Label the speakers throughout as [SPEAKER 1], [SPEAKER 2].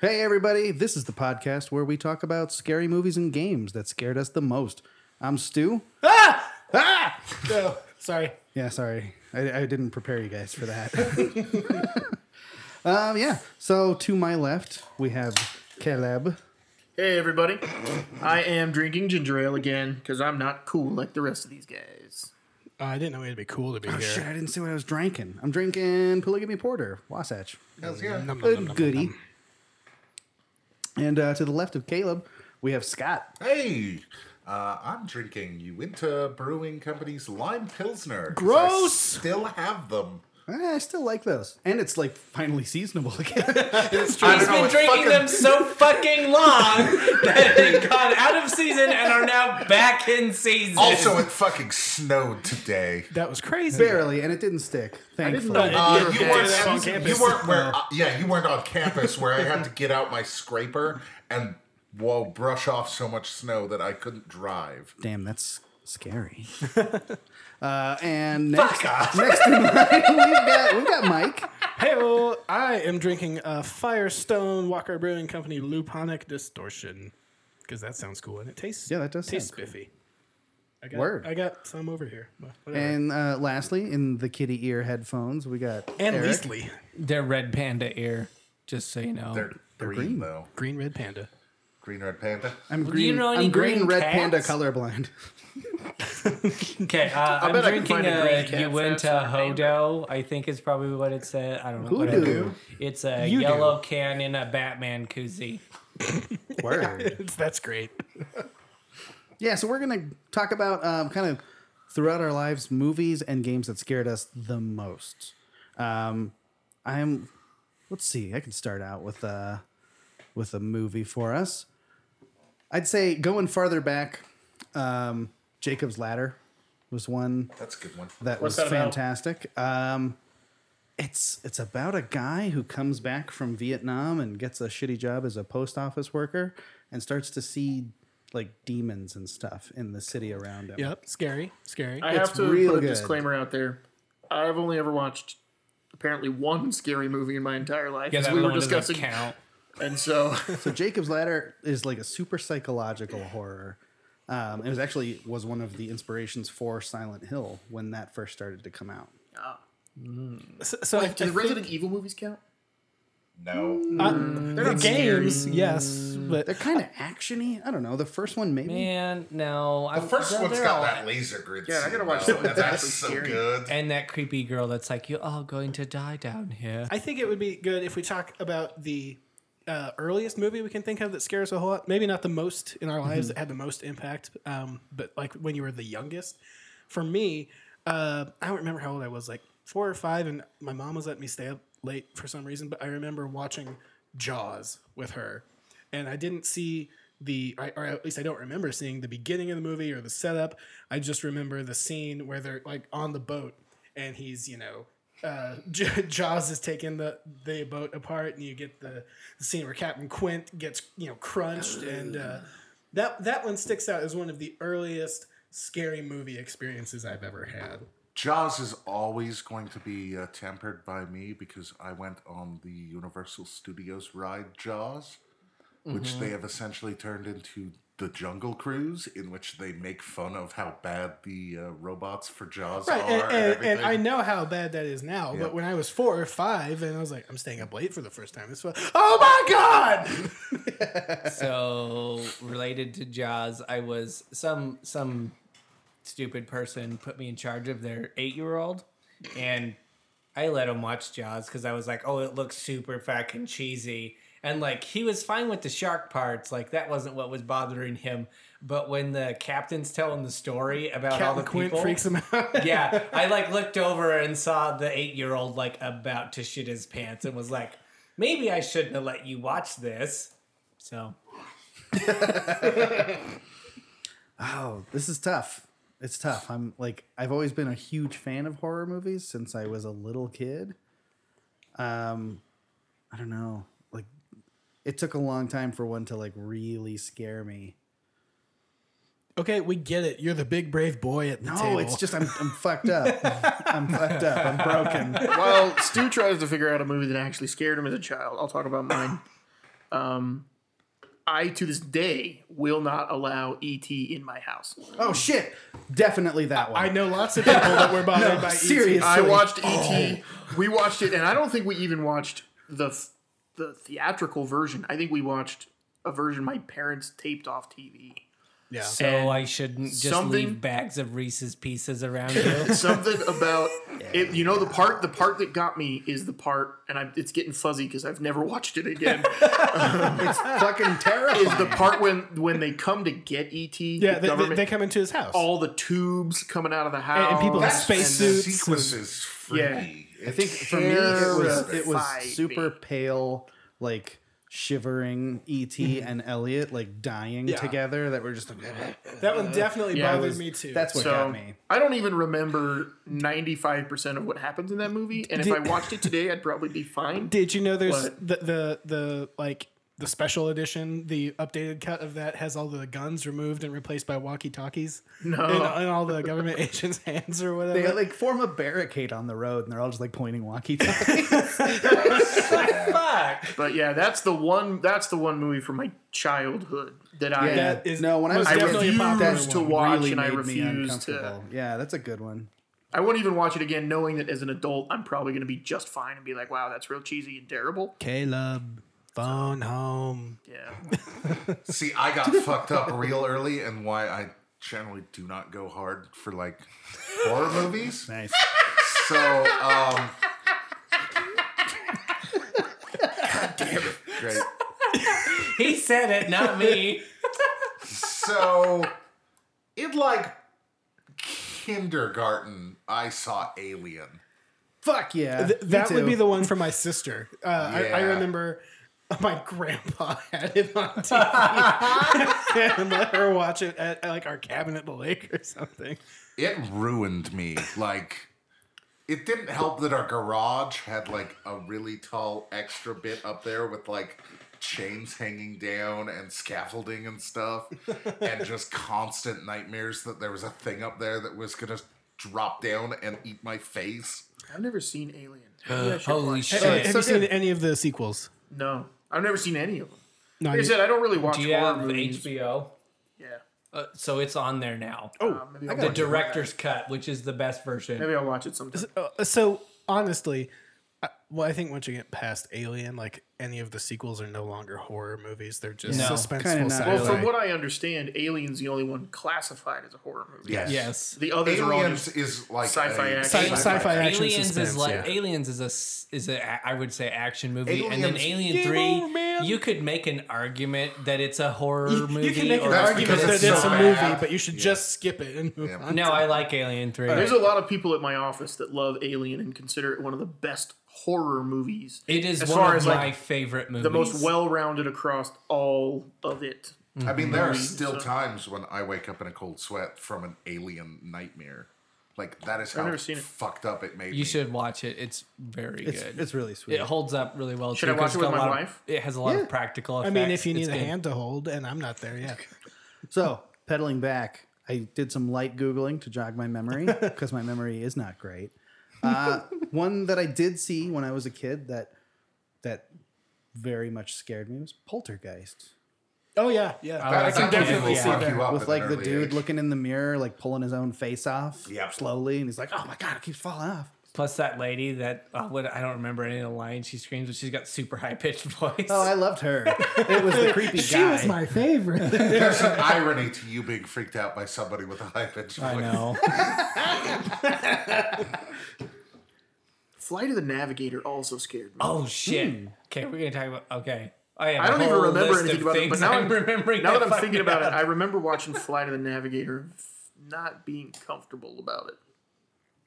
[SPEAKER 1] Hey, everybody. This is the podcast where we talk about scary movies and games that scared us the most. I'm Stu.
[SPEAKER 2] Ah!
[SPEAKER 1] Ah!
[SPEAKER 2] No, sorry.
[SPEAKER 1] Yeah, sorry. I, I didn't prepare you guys for that. um, yeah. So to my left, we have Caleb.
[SPEAKER 3] Hey everybody, I am drinking ginger ale again because I'm not cool like the rest of these guys.
[SPEAKER 2] Uh, I didn't know it'd be cool to be
[SPEAKER 1] Oh, shit.
[SPEAKER 2] here.
[SPEAKER 1] I didn't see what I was drinking. I'm drinking Polygamy Porter, Wasatch.
[SPEAKER 4] How's it
[SPEAKER 2] Nom,
[SPEAKER 4] going?
[SPEAKER 2] nom, nom,
[SPEAKER 1] Good
[SPEAKER 2] nom,
[SPEAKER 1] goody.
[SPEAKER 2] nom.
[SPEAKER 1] And uh, to the left of Caleb, we have Scott.
[SPEAKER 4] Hey, uh, I'm drinking Uinta Brewing Company's Lime Pilsner. 'cause I
[SPEAKER 2] Gross.
[SPEAKER 4] still have them.
[SPEAKER 1] Eh, I still like those. And it's like finally seasonable again.
[SPEAKER 4] It's
[SPEAKER 5] He's been drinking them so fucking long that they've gone out of season and are now back in season.
[SPEAKER 4] Also, it fucking snowed today.
[SPEAKER 2] That was crazy.
[SPEAKER 1] Barely, and it didn't stick. Thankfully.
[SPEAKER 3] know that.
[SPEAKER 4] Uh,
[SPEAKER 3] You
[SPEAKER 4] you,
[SPEAKER 3] did
[SPEAKER 4] weren't,
[SPEAKER 3] that on
[SPEAKER 4] you
[SPEAKER 2] campus.
[SPEAKER 4] weren't where, uh, yeah, you weren't on campus where I had to get out my scraper and whoa, brush off so much snow that I couldn't drive.
[SPEAKER 1] Damn, that's scary. uh, and next, next in line, we've got, we've got Mike.
[SPEAKER 2] Hey, I am drinking a Firestone Walker Brewing Company Luponic Distortion because that sounds cool and it tastes
[SPEAKER 1] Yeah, that does
[SPEAKER 2] tastes
[SPEAKER 1] sound cool.
[SPEAKER 2] spiffy. I got,
[SPEAKER 1] Word.
[SPEAKER 2] I got some over here. but whatever.
[SPEAKER 1] And uh, lastly, in the kitty ear headphones, we got
[SPEAKER 2] and
[SPEAKER 1] Eric.
[SPEAKER 2] Leasley,
[SPEAKER 5] They're red panda ear, just so you know.
[SPEAKER 4] They're green,
[SPEAKER 1] green.
[SPEAKER 4] though.
[SPEAKER 2] green red panda.
[SPEAKER 4] Green red panda.
[SPEAKER 1] I'm
[SPEAKER 5] do
[SPEAKER 1] green.
[SPEAKER 5] you know any
[SPEAKER 1] I'm green,
[SPEAKER 5] green
[SPEAKER 1] red
[SPEAKER 5] cats?
[SPEAKER 1] panda colorblind.
[SPEAKER 5] okay, uh, I'm
[SPEAKER 3] bet I can
[SPEAKER 5] drinking
[SPEAKER 3] find a
[SPEAKER 5] a,
[SPEAKER 3] green cat
[SPEAKER 5] Uinta
[SPEAKER 3] that's not
[SPEAKER 5] Hodo. I think is probably what it said. I don't know.
[SPEAKER 1] Hoodoo.
[SPEAKER 5] whatever. It's a
[SPEAKER 2] You do.
[SPEAKER 5] yellow can in a Batman koozie.
[SPEAKER 1] Word.
[SPEAKER 2] It's, that's great.
[SPEAKER 1] yeah, so we're gonna talk about um, kind of throughout our lives movies and games that scared us the most. Um, I'm. Let's see. I can start out with uh, with a movie for us. I'd say going farther back, um, Jacob's Ladder was one
[SPEAKER 4] That's a good one.
[SPEAKER 1] that
[SPEAKER 3] What's
[SPEAKER 1] was
[SPEAKER 3] that about?
[SPEAKER 1] fantastic. Um, it's it's about a guy who comes back from Vietnam and gets a shitty job as a post office worker and starts to see like demons and stuff in the city around him.
[SPEAKER 2] Yep, scary, scary.
[SPEAKER 3] I
[SPEAKER 1] It's
[SPEAKER 3] have to
[SPEAKER 1] real
[SPEAKER 3] put a
[SPEAKER 1] good.
[SPEAKER 3] disclaimer out there. I've only ever watched apparently one scary movie in my entire life,
[SPEAKER 5] Yeah,
[SPEAKER 3] as
[SPEAKER 5] that
[SPEAKER 3] we were
[SPEAKER 5] one doesn't
[SPEAKER 3] discussing,
[SPEAKER 5] count.
[SPEAKER 3] and so
[SPEAKER 1] So Jacob's Ladder is like a super psychological horror. Um, it was actually was one of the inspirations for Silent Hill when that first started to come out.
[SPEAKER 2] so so I-
[SPEAKER 3] do
[SPEAKER 2] I
[SPEAKER 3] the Resident Evil movies count?
[SPEAKER 4] No.
[SPEAKER 3] They're
[SPEAKER 2] the
[SPEAKER 3] not scary.
[SPEAKER 2] games, yes, but
[SPEAKER 1] They're kind of actiony. I don't know. The first one maybe.
[SPEAKER 5] Man, no.
[SPEAKER 4] The first
[SPEAKER 5] one's
[SPEAKER 4] one's got that laser grid.
[SPEAKER 3] Yeah, I
[SPEAKER 4] scene,
[SPEAKER 3] gotta watch
[SPEAKER 4] though,
[SPEAKER 3] that one.
[SPEAKER 4] and
[SPEAKER 3] That's
[SPEAKER 4] That's
[SPEAKER 3] actually
[SPEAKER 4] so
[SPEAKER 3] scary.
[SPEAKER 4] good.
[SPEAKER 5] And that creepy girl that's like, you're all going to die down here.
[SPEAKER 2] I think it would be good if we talk about the uh, earliest movie we can think of that scares a whole lot. Maybe not the most in our lives that had the most impact, um, but like when you were the youngest. For me, uh, I don't remember how old I was, like four or five, and my mom was letting me stay up late for some reason. But I remember watching Jaws with her, and I didn't see the, I- or at least I don't remember seeing the beginning of the movie or the setup. I just remember the scene where they're like on the boat, and he's you know uh, J- Jaws is taking the, the boat apart, and you get the, the scene where Captain Quint gets you know crunched, and uh, that that one sticks out as one of the earliest scary movie experiences I've ever had.
[SPEAKER 4] Jaws is always going to be uh, tempered by me because I went on the Universal Studios ride Jaws, which they have essentially turned into the Jungle Cruise, in which they make fun of how bad the uh, robots for Jaws
[SPEAKER 2] Right,
[SPEAKER 4] are.
[SPEAKER 2] and, and, and
[SPEAKER 4] everything.
[SPEAKER 2] I know how bad that is now,
[SPEAKER 4] Yeah.
[SPEAKER 2] but when I was four or five, and I was like, I'm staying up late for the first time. This was, oh my god!
[SPEAKER 5] so related to Jaws, I was some some stupid person put me in charge of their eight year old, and I let him watch Jaws because I was like, oh, it looks super fucking cheesy. And like he was fine with the shark parts, like that wasn't what was bothering him. But when the captain's telling the story about all the
[SPEAKER 2] Captain Quint
[SPEAKER 5] people,
[SPEAKER 2] freaks him out.
[SPEAKER 5] yeah, I like looked over and saw the eight year old like about to shit his pants and was like, maybe I shouldn't have let you watch this. So
[SPEAKER 1] Oh, this is tough. It's tough. I'm like I've always been a huge fan of horror movies since I was a little kid. Um I don't know. Like it took a long time for one to like really scare me.
[SPEAKER 2] okay, we get it. You're the big brave boy at the
[SPEAKER 1] No,
[SPEAKER 2] table.
[SPEAKER 1] it's just I'm I'm fucked up. I'm fucked up. I'm broken.
[SPEAKER 3] While Stu tries to figure out a movie that actually scared him as a child, I'll talk about mine. Um, I to this day will not allow ET in my house.
[SPEAKER 1] Oh shit! Definitely that one.
[SPEAKER 2] I know lots of people that were bothered by E
[SPEAKER 1] seriously.
[SPEAKER 2] ET.
[SPEAKER 3] I watched ET. We watched it, and I don't think we even watched the the theatrical version. I think we watched a version my parents taped off TV.
[SPEAKER 2] Yeah.
[SPEAKER 5] So I shouldn't just
[SPEAKER 3] something-
[SPEAKER 5] leave bags of Reese's pieces around you.
[SPEAKER 3] Something about it, you know the part. The part that got me is the part, and I'm, it's getting fuzzy because I've never watched it again.
[SPEAKER 1] fucking terrifying.
[SPEAKER 3] is the part when when they come to get ET?
[SPEAKER 2] Yeah,
[SPEAKER 3] the
[SPEAKER 2] they, they,
[SPEAKER 3] government- Oh.
[SPEAKER 2] they come into his house.
[SPEAKER 3] all the tubes coming out of the house
[SPEAKER 2] and people in
[SPEAKER 4] That
[SPEAKER 2] spacesuits and-
[SPEAKER 4] sequence is freaky.
[SPEAKER 1] I think for me it was it was
[SPEAKER 3] Terrified
[SPEAKER 1] super
[SPEAKER 3] me.
[SPEAKER 1] pale, like shivering ET and Elliot like dying
[SPEAKER 2] Mm-hmm. Yeah.
[SPEAKER 1] together. That were just like
[SPEAKER 2] that one definitely
[SPEAKER 3] yeah, it
[SPEAKER 2] bothered
[SPEAKER 3] was-
[SPEAKER 2] me too.
[SPEAKER 1] that's what
[SPEAKER 3] So
[SPEAKER 1] got me.
[SPEAKER 3] I don't even remember ninety five percent of what happens in that movie, and if
[SPEAKER 2] Did-
[SPEAKER 3] I watched it today, I'd probably be fine.
[SPEAKER 2] Did you know there's
[SPEAKER 3] What?
[SPEAKER 2] the, the the like the special edition, the updated cut of that has all the guns removed and replaced by walkie talkies. No, and, and all the government agents' hands or whatever.
[SPEAKER 1] They like form a barricade on the road, and they're all just like pointing walkie-talkie.
[SPEAKER 5] Fuck.
[SPEAKER 3] But yeah, that's the one. That's the one movie from my childhood that I
[SPEAKER 2] That is
[SPEAKER 1] no, when I
[SPEAKER 2] most
[SPEAKER 1] was
[SPEAKER 3] I
[SPEAKER 2] definitely a
[SPEAKER 1] definitely
[SPEAKER 2] popular
[SPEAKER 3] refuse to
[SPEAKER 2] one.
[SPEAKER 3] watch,
[SPEAKER 1] really
[SPEAKER 3] and I
[SPEAKER 1] made me
[SPEAKER 3] refuse to.
[SPEAKER 1] uncomfortable. Yeah, that's a good one.
[SPEAKER 3] I won't even watch it again, knowing that as an adult, I'm probably going to be just fine and be like, "Wow, that's real cheesy and terrible."
[SPEAKER 2] Caleb, phone home.
[SPEAKER 3] Yeah,
[SPEAKER 4] See, I got fucked up real early, and why I generally do not go hard for like horror movies.
[SPEAKER 1] Nice.
[SPEAKER 4] So, um, great.
[SPEAKER 5] He said it, not me.
[SPEAKER 4] So, in like kindergarten, I saw Alien.
[SPEAKER 1] Fuck yeah.
[SPEAKER 2] Th-
[SPEAKER 1] me
[SPEAKER 2] that would
[SPEAKER 1] too.
[SPEAKER 2] be the one for my sister. Uh, I, I
[SPEAKER 4] Yeah.
[SPEAKER 2] remember my grandpa had it on TV and let her watch it at, at, like our cabin at the lake or something.
[SPEAKER 4] It ruined me. Like, it didn't help that our garage had like a really tall extra bit up there with like chains hanging down and scaffolding and stuff, and just constant nightmares that there was a thing up there that was gonna drop down and eat my face.
[SPEAKER 3] I've never seen Alien.
[SPEAKER 2] Uh,
[SPEAKER 3] Maybe I should
[SPEAKER 5] Uh, Holy
[SPEAKER 3] watch-
[SPEAKER 2] Have
[SPEAKER 5] shit.
[SPEAKER 2] you seen any of the sequels?
[SPEAKER 3] No, I've never seen any of them.
[SPEAKER 2] No,
[SPEAKER 3] Like I
[SPEAKER 2] you-
[SPEAKER 3] said, I don't really watch
[SPEAKER 5] Do you
[SPEAKER 3] horror
[SPEAKER 5] have
[SPEAKER 3] movies.
[SPEAKER 5] HBO?
[SPEAKER 3] Yeah.
[SPEAKER 5] Uh, so it's on there now.
[SPEAKER 3] Oh, maybe, I'll
[SPEAKER 5] the
[SPEAKER 3] watch it.
[SPEAKER 5] director's cut, which is the best version.
[SPEAKER 3] maybe I'll watch it sometime.
[SPEAKER 2] Uh, so honestly, I, well, I think once you get past Alien, like any of the sequels are no longer horror movies; they're just
[SPEAKER 5] No,
[SPEAKER 1] kinda
[SPEAKER 2] suspenseful.
[SPEAKER 1] not.
[SPEAKER 2] sci-fi.
[SPEAKER 3] Well, from
[SPEAKER 1] Right.
[SPEAKER 3] what I understand, Alien's the only one classified as a horror movie.
[SPEAKER 4] Yes.
[SPEAKER 5] Yes.
[SPEAKER 3] The others are all
[SPEAKER 4] Aliens
[SPEAKER 3] just
[SPEAKER 4] is like
[SPEAKER 3] sci-fi
[SPEAKER 4] a-
[SPEAKER 3] action.
[SPEAKER 2] Sci- sci-fi action
[SPEAKER 5] Aliens
[SPEAKER 2] suspense,
[SPEAKER 5] is like
[SPEAKER 2] yeah.
[SPEAKER 5] Aliens is a s- is a I would say action movie, and then
[SPEAKER 4] Aliens.
[SPEAKER 5] Alien
[SPEAKER 2] Game
[SPEAKER 5] Three,
[SPEAKER 2] over, man.
[SPEAKER 5] you could make an argument that it's a horror
[SPEAKER 2] You-
[SPEAKER 5] movie.
[SPEAKER 2] you can make an
[SPEAKER 5] or-
[SPEAKER 4] That's
[SPEAKER 2] argument
[SPEAKER 4] because
[SPEAKER 2] that
[SPEAKER 4] it's
[SPEAKER 2] it's a
[SPEAKER 4] so
[SPEAKER 2] movie,
[SPEAKER 4] bad.
[SPEAKER 2] but you should
[SPEAKER 4] Yeah.
[SPEAKER 2] just skip it and move
[SPEAKER 4] Yeah.
[SPEAKER 2] on.
[SPEAKER 5] No, I like Alien Three.
[SPEAKER 3] There's a lot of people at my office that love Alien and consider it one of the best horror movies.
[SPEAKER 5] it is
[SPEAKER 3] as
[SPEAKER 5] one
[SPEAKER 3] far
[SPEAKER 5] of
[SPEAKER 3] as
[SPEAKER 5] my
[SPEAKER 3] like
[SPEAKER 5] favorite movies.
[SPEAKER 3] the most well-rounded across all of it.
[SPEAKER 4] I mean, there are still
[SPEAKER 3] so-
[SPEAKER 4] times when I wake up in a cold sweat from an alien nightmare. Like that is how
[SPEAKER 3] never seen it.
[SPEAKER 4] fucked up it made me.
[SPEAKER 5] You should watch it. It's very
[SPEAKER 1] It's,
[SPEAKER 5] good.
[SPEAKER 1] it's really sweet.
[SPEAKER 5] it holds up really well.
[SPEAKER 3] Should
[SPEAKER 5] too,
[SPEAKER 3] I watch
[SPEAKER 5] 'cause
[SPEAKER 3] it
[SPEAKER 5] it's
[SPEAKER 3] with
[SPEAKER 5] got a
[SPEAKER 3] my
[SPEAKER 5] lot of-
[SPEAKER 3] wife?
[SPEAKER 5] It has a lot of practical.
[SPEAKER 2] I
[SPEAKER 5] Effects.
[SPEAKER 2] mean, if you need
[SPEAKER 5] It's
[SPEAKER 2] a
[SPEAKER 5] good.
[SPEAKER 2] hand to hold, and I'm not there yet.
[SPEAKER 1] So, pedaling back, I did some light Googling to jog my memory because my memory is not great. Uh, one that I did see when I was a kid that that very much scared me was Poltergeist.
[SPEAKER 2] Oh yeah, yeah.
[SPEAKER 5] I
[SPEAKER 2] I
[SPEAKER 5] like
[SPEAKER 2] can
[SPEAKER 5] that.
[SPEAKER 2] definitely
[SPEAKER 5] Yeah.
[SPEAKER 2] see
[SPEAKER 5] Fuck
[SPEAKER 2] that.
[SPEAKER 1] With like the dude looking in the mirror, like pulling his own face off
[SPEAKER 4] Yep.
[SPEAKER 1] slowly, and he's like, "Oh my god, it keeps falling off."
[SPEAKER 5] Plus that lady that uh, what I don't remember any of the lines she screams, but she's got super high pitched voice.
[SPEAKER 1] Oh, I loved her. it was the creepy guy.
[SPEAKER 2] She was my favorite.
[SPEAKER 4] There's an irony to you being freaked out by somebody with a high pitched
[SPEAKER 5] I
[SPEAKER 4] voice.
[SPEAKER 5] know.
[SPEAKER 3] Flight of the Navigator also scared me.
[SPEAKER 2] Hmm.
[SPEAKER 5] Oh shit. Okay, we're gonna talk about. Okay, I, have
[SPEAKER 3] I don't
[SPEAKER 5] a
[SPEAKER 3] even
[SPEAKER 5] whole
[SPEAKER 3] remember
[SPEAKER 5] list
[SPEAKER 3] anything
[SPEAKER 5] of
[SPEAKER 3] about it,
[SPEAKER 5] things
[SPEAKER 3] but now I'm,
[SPEAKER 5] remembering.
[SPEAKER 3] Now
[SPEAKER 5] to
[SPEAKER 3] that I'm
[SPEAKER 5] find
[SPEAKER 3] thinking about it,
[SPEAKER 5] out.
[SPEAKER 3] I remember watching Flight of the Navigator, and f- not being comfortable about it.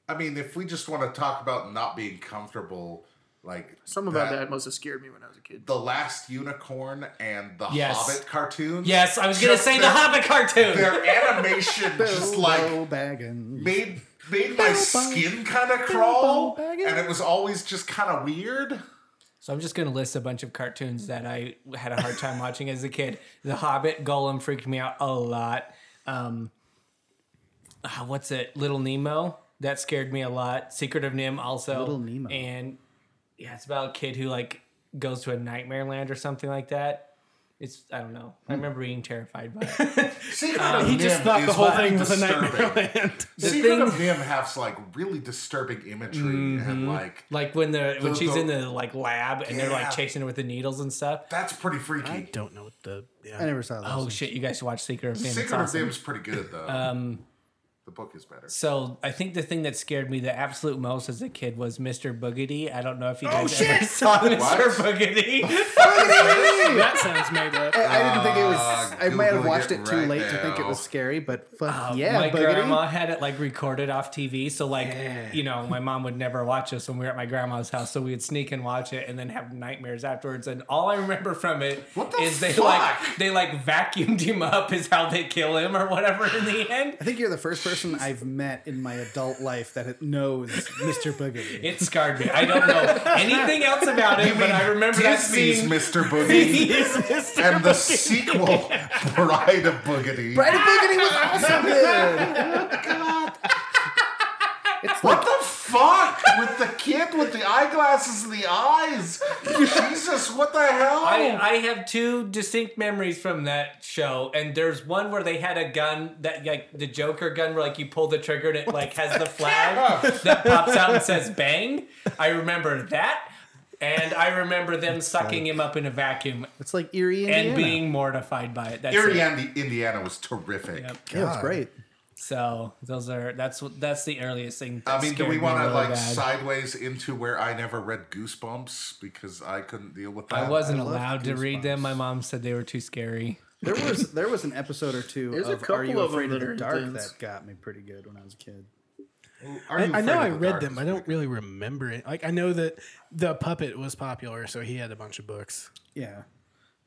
[SPEAKER 4] I mean, if we just want to talk about not being comfortable, like
[SPEAKER 3] Some about that, must have scared me when I was a kid.
[SPEAKER 4] the last unicorn and the
[SPEAKER 5] Yes.
[SPEAKER 4] Hobbit cartoons.
[SPEAKER 5] yes, I was gonna
[SPEAKER 4] Just
[SPEAKER 5] say the
[SPEAKER 4] their-
[SPEAKER 5] Hobbit cartoon.
[SPEAKER 4] Their animation just like
[SPEAKER 1] Bilbo Baggins.
[SPEAKER 4] made made my skin kind of crawl, and it was always just kind of weird.
[SPEAKER 5] So I'm just going to list a bunch of cartoons that I had a hard time watching as a kid. The Hobbit, Gollum freaked me out a lot. Um, ah, what's it? Little Nemo that scared me a lot. Secret of Nim also.
[SPEAKER 1] Little Nemo.
[SPEAKER 5] And yeah, it's about a kid who like goes to a nightmare land or something like that. It's I don't know. I remember being terrified by it.
[SPEAKER 4] Secret of
[SPEAKER 2] uh, He just
[SPEAKER 4] Nim
[SPEAKER 2] thought the
[SPEAKER 4] is
[SPEAKER 2] whole
[SPEAKER 4] fucking
[SPEAKER 2] thing was a nightmare
[SPEAKER 4] disturbing.
[SPEAKER 2] land.
[SPEAKER 4] Secret of Nim has like really disturbing imagery
[SPEAKER 2] Mm-hmm.
[SPEAKER 4] and like
[SPEAKER 5] like when the when
[SPEAKER 4] The-
[SPEAKER 5] she's
[SPEAKER 4] the-
[SPEAKER 5] in the like lab and they're
[SPEAKER 4] Yeah.
[SPEAKER 5] like chasing her with the needles and stuff.
[SPEAKER 4] that's pretty freaky.
[SPEAKER 2] I don't know what the. Yeah.
[SPEAKER 1] I never saw that.
[SPEAKER 5] Oh shit! You guys should watch Secret of Nim. It's
[SPEAKER 4] Secret
[SPEAKER 5] awesome.
[SPEAKER 4] of Nim's pretty good though. Um, the book is better.
[SPEAKER 5] So I think the thing that scared me the absolute most as a kid was Mr. Boogedy. I don't know
[SPEAKER 4] Oh,
[SPEAKER 5] if you guys ever saw Mr. Boogedy.
[SPEAKER 2] that sounds made up.
[SPEAKER 1] I didn't think it was.
[SPEAKER 4] Ah,
[SPEAKER 1] I might have
[SPEAKER 4] Googling
[SPEAKER 1] watched
[SPEAKER 4] it
[SPEAKER 1] it too
[SPEAKER 4] right
[SPEAKER 1] late to think it
[SPEAKER 4] now.
[SPEAKER 1] was scary, but
[SPEAKER 2] Uh,
[SPEAKER 1] fuck yeah,
[SPEAKER 5] Um, my
[SPEAKER 1] Boogity.
[SPEAKER 5] grandma had it like recorded off TV, so like you know, my mom would never watch us when we were at my grandma's house, so we would sneak and watch it and then have nightmares afterwards. And all I remember from it is
[SPEAKER 4] What the
[SPEAKER 5] they
[SPEAKER 4] fuck?
[SPEAKER 5] like they like vacuumed him up is how they kill him or whatever in the end.
[SPEAKER 1] I think you're the first person I've met in my adult life that knows Mr. Boogity.
[SPEAKER 5] It scarred me. I don't know anything else about it, but I remember that
[SPEAKER 4] Disney's
[SPEAKER 5] scene.
[SPEAKER 4] Mr. Boogie
[SPEAKER 5] Disney's-
[SPEAKER 4] and the sequel, Bride of Boogity.
[SPEAKER 1] Bride of Boogity was awesome. Dude.
[SPEAKER 4] What the fuck with the kid with the eyeglasses and the eyes? Jesus, what the hell?
[SPEAKER 5] I, I have two distinct memories from that show, and there's one where they had a gun that like the Joker gun, where like you pull the trigger and it like has the
[SPEAKER 4] Oh.
[SPEAKER 5] flag that pops out and says "bang." I remember that, and I remember them sucking him up in a vacuum
[SPEAKER 1] It's like eerie Indiana.
[SPEAKER 5] and being mortified by it. That's
[SPEAKER 4] Erie,
[SPEAKER 5] it.
[SPEAKER 4] Indi- Indiana was terrific.
[SPEAKER 5] Yep.
[SPEAKER 1] yeah, it's great.
[SPEAKER 5] So those are that's what that's the earliest thing. That
[SPEAKER 4] I mean, do
[SPEAKER 5] scared
[SPEAKER 4] we
[SPEAKER 5] me
[SPEAKER 4] want to
[SPEAKER 5] really
[SPEAKER 4] like
[SPEAKER 5] bad.
[SPEAKER 4] sideways into where I never read Goosebumps because I couldn't deal with that?
[SPEAKER 5] I wasn't
[SPEAKER 1] I love
[SPEAKER 5] allowed to read them.
[SPEAKER 4] Goosebumps.
[SPEAKER 5] My mom said they were too scary.
[SPEAKER 1] There was there was an episode or two
[SPEAKER 3] There's a
[SPEAKER 1] of Are You
[SPEAKER 3] couple of them
[SPEAKER 1] Afraid of
[SPEAKER 3] that
[SPEAKER 1] the
[SPEAKER 3] are
[SPEAKER 1] Dark
[SPEAKER 3] intense.
[SPEAKER 1] that got me pretty good when I was a kid.
[SPEAKER 4] Are
[SPEAKER 2] I,
[SPEAKER 4] You
[SPEAKER 2] I know I
[SPEAKER 4] Afraid of the
[SPEAKER 2] read
[SPEAKER 4] Dark
[SPEAKER 2] them.
[SPEAKER 4] is
[SPEAKER 2] I don't
[SPEAKER 4] pretty
[SPEAKER 2] really remember it. Like I know that the puppet was popular, so he had a bunch of books.
[SPEAKER 1] Yeah,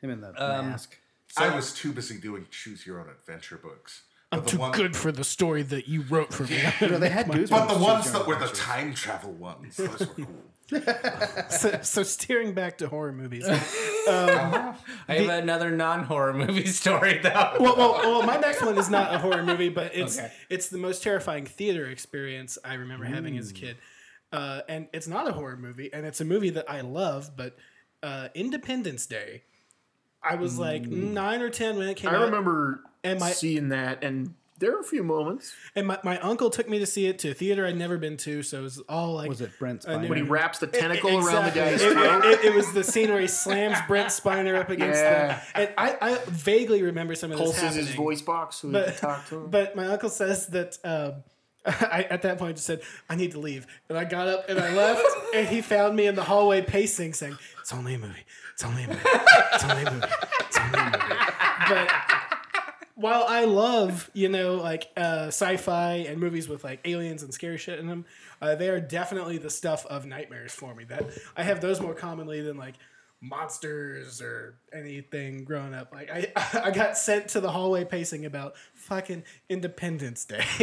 [SPEAKER 1] him in the mask.
[SPEAKER 4] good. I was too busy doing choose your own adventure books.
[SPEAKER 2] I'm
[SPEAKER 4] the
[SPEAKER 2] too
[SPEAKER 4] one-
[SPEAKER 2] good for the story that you wrote for me.
[SPEAKER 1] No, they had goosebumps.
[SPEAKER 4] But the
[SPEAKER 1] too,
[SPEAKER 4] ones
[SPEAKER 1] John.
[SPEAKER 4] that were the time travel ones, those were cool.
[SPEAKER 2] so, so steering back to horror movies.
[SPEAKER 5] I have another non-horror movie story though.
[SPEAKER 2] well, well, well, my next one is not a horror movie, but it's
[SPEAKER 5] Okay.
[SPEAKER 2] it's the most terrifying theater experience I remember having as a kid. Uh, and it's not a horror movie, and it's a movie that I love. But uh, Independence Day, I was like nine or ten when it came
[SPEAKER 3] I
[SPEAKER 2] out.
[SPEAKER 3] remember
[SPEAKER 2] And my-
[SPEAKER 3] seeing that, and there were a few moments
[SPEAKER 2] And my, my uncle took me to see it to a theater I'd never been to, so it was all like
[SPEAKER 1] was it Brent's
[SPEAKER 2] I knew
[SPEAKER 3] when he wraps the tentacle around the
[SPEAKER 2] E-, Exactly.
[SPEAKER 3] guy's
[SPEAKER 2] It-
[SPEAKER 3] throat.
[SPEAKER 2] It, it was the scene where he slams Brent Spiner up against
[SPEAKER 3] Yeah.
[SPEAKER 2] the. And I, I vaguely remember some of this
[SPEAKER 3] pulses
[SPEAKER 2] happening.
[SPEAKER 3] his voice box so he can
[SPEAKER 2] but,
[SPEAKER 3] talk to him.
[SPEAKER 2] but my uncle says that um, I, at that point just said I need to leave, and I got up and I left, and he found me in the hallway pacing, saying, "It's only a movie. It's only a movie. It's only a movie. It's only a movie." But while I love you know like uh, sci-fi and movies with like aliens and scary shit in them, uh, they are definitely the stuff of nightmares for me. That I have those more commonly than like monsters or anything growing up. Like I, I got sent to the hallway pacing about fucking Independence Day.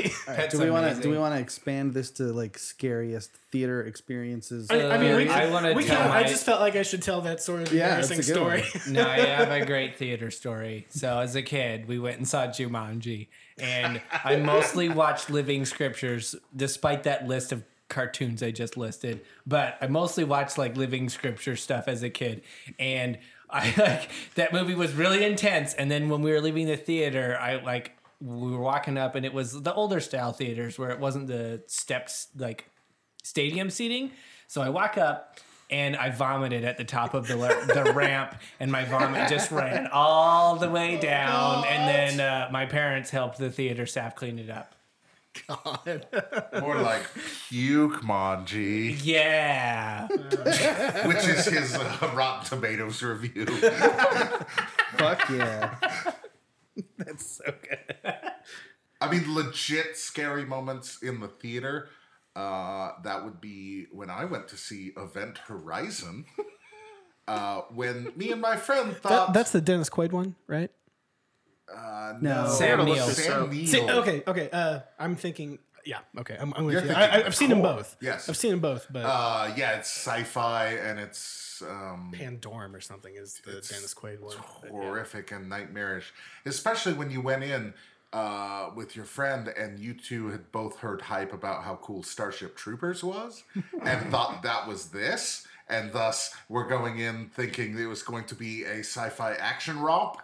[SPEAKER 1] Do we want to do we want to expand this to like scariest theater experiences?
[SPEAKER 2] I, I mean, we,
[SPEAKER 5] Uh, I wanna
[SPEAKER 2] can, we
[SPEAKER 5] tell
[SPEAKER 2] can, I
[SPEAKER 5] my-
[SPEAKER 2] just felt like I should tell that sort of
[SPEAKER 1] Yeah, that's
[SPEAKER 2] embarrassing
[SPEAKER 1] a good one.
[SPEAKER 2] story.
[SPEAKER 5] no, I have a great theater story. So as a kid, we went and saw Jumanji, and I mostly watched Living Scriptures, despite that list of cartoons I just listed. But I mostly watched like Living Scripture stuff as a kid, and I like that movie was really intense. And then when we were leaving the theater, I like we were walking up, and it was the older style theaters where it wasn't the steps like stadium seating. So I walk up and I vomited at the top of the la- the ramp, and my vomit just ran all the way down. and then uh, my parents helped the theater staff clean it up.
[SPEAKER 4] More like puke Manji,
[SPEAKER 5] Yeah,
[SPEAKER 4] which is his uh, Rotten Tomatoes review.
[SPEAKER 1] Fuck yeah.
[SPEAKER 4] I mean, legit scary moments in the theater. Uh, that would be when I went to see Event Horizon. Uh, when me and my friend thought uh,
[SPEAKER 2] that's the Dennis Quaid one, right?
[SPEAKER 1] No.
[SPEAKER 5] Sam
[SPEAKER 4] Sam
[SPEAKER 5] Neill.
[SPEAKER 4] Neill.
[SPEAKER 2] See, okay, okay. Uh, I'm thinking. Yeah, okay. I'm, I'm with
[SPEAKER 4] You're
[SPEAKER 2] you.
[SPEAKER 4] thinking
[SPEAKER 2] I, I- I've seen them
[SPEAKER 4] Core.
[SPEAKER 2] both.
[SPEAKER 4] Yes.
[SPEAKER 2] I've seen them both, but
[SPEAKER 4] Uh, yeah, it's sci-fi and it's um,
[SPEAKER 2] Pandorm or something is the Dennis Quaid one.
[SPEAKER 4] horrific and nightmarish, especially when you went in uh, with your friend and you two had both heard hype about how cool Starship Troopers was and thought that was this. and thus we're going in thinking it was going to be a sci-fi action romp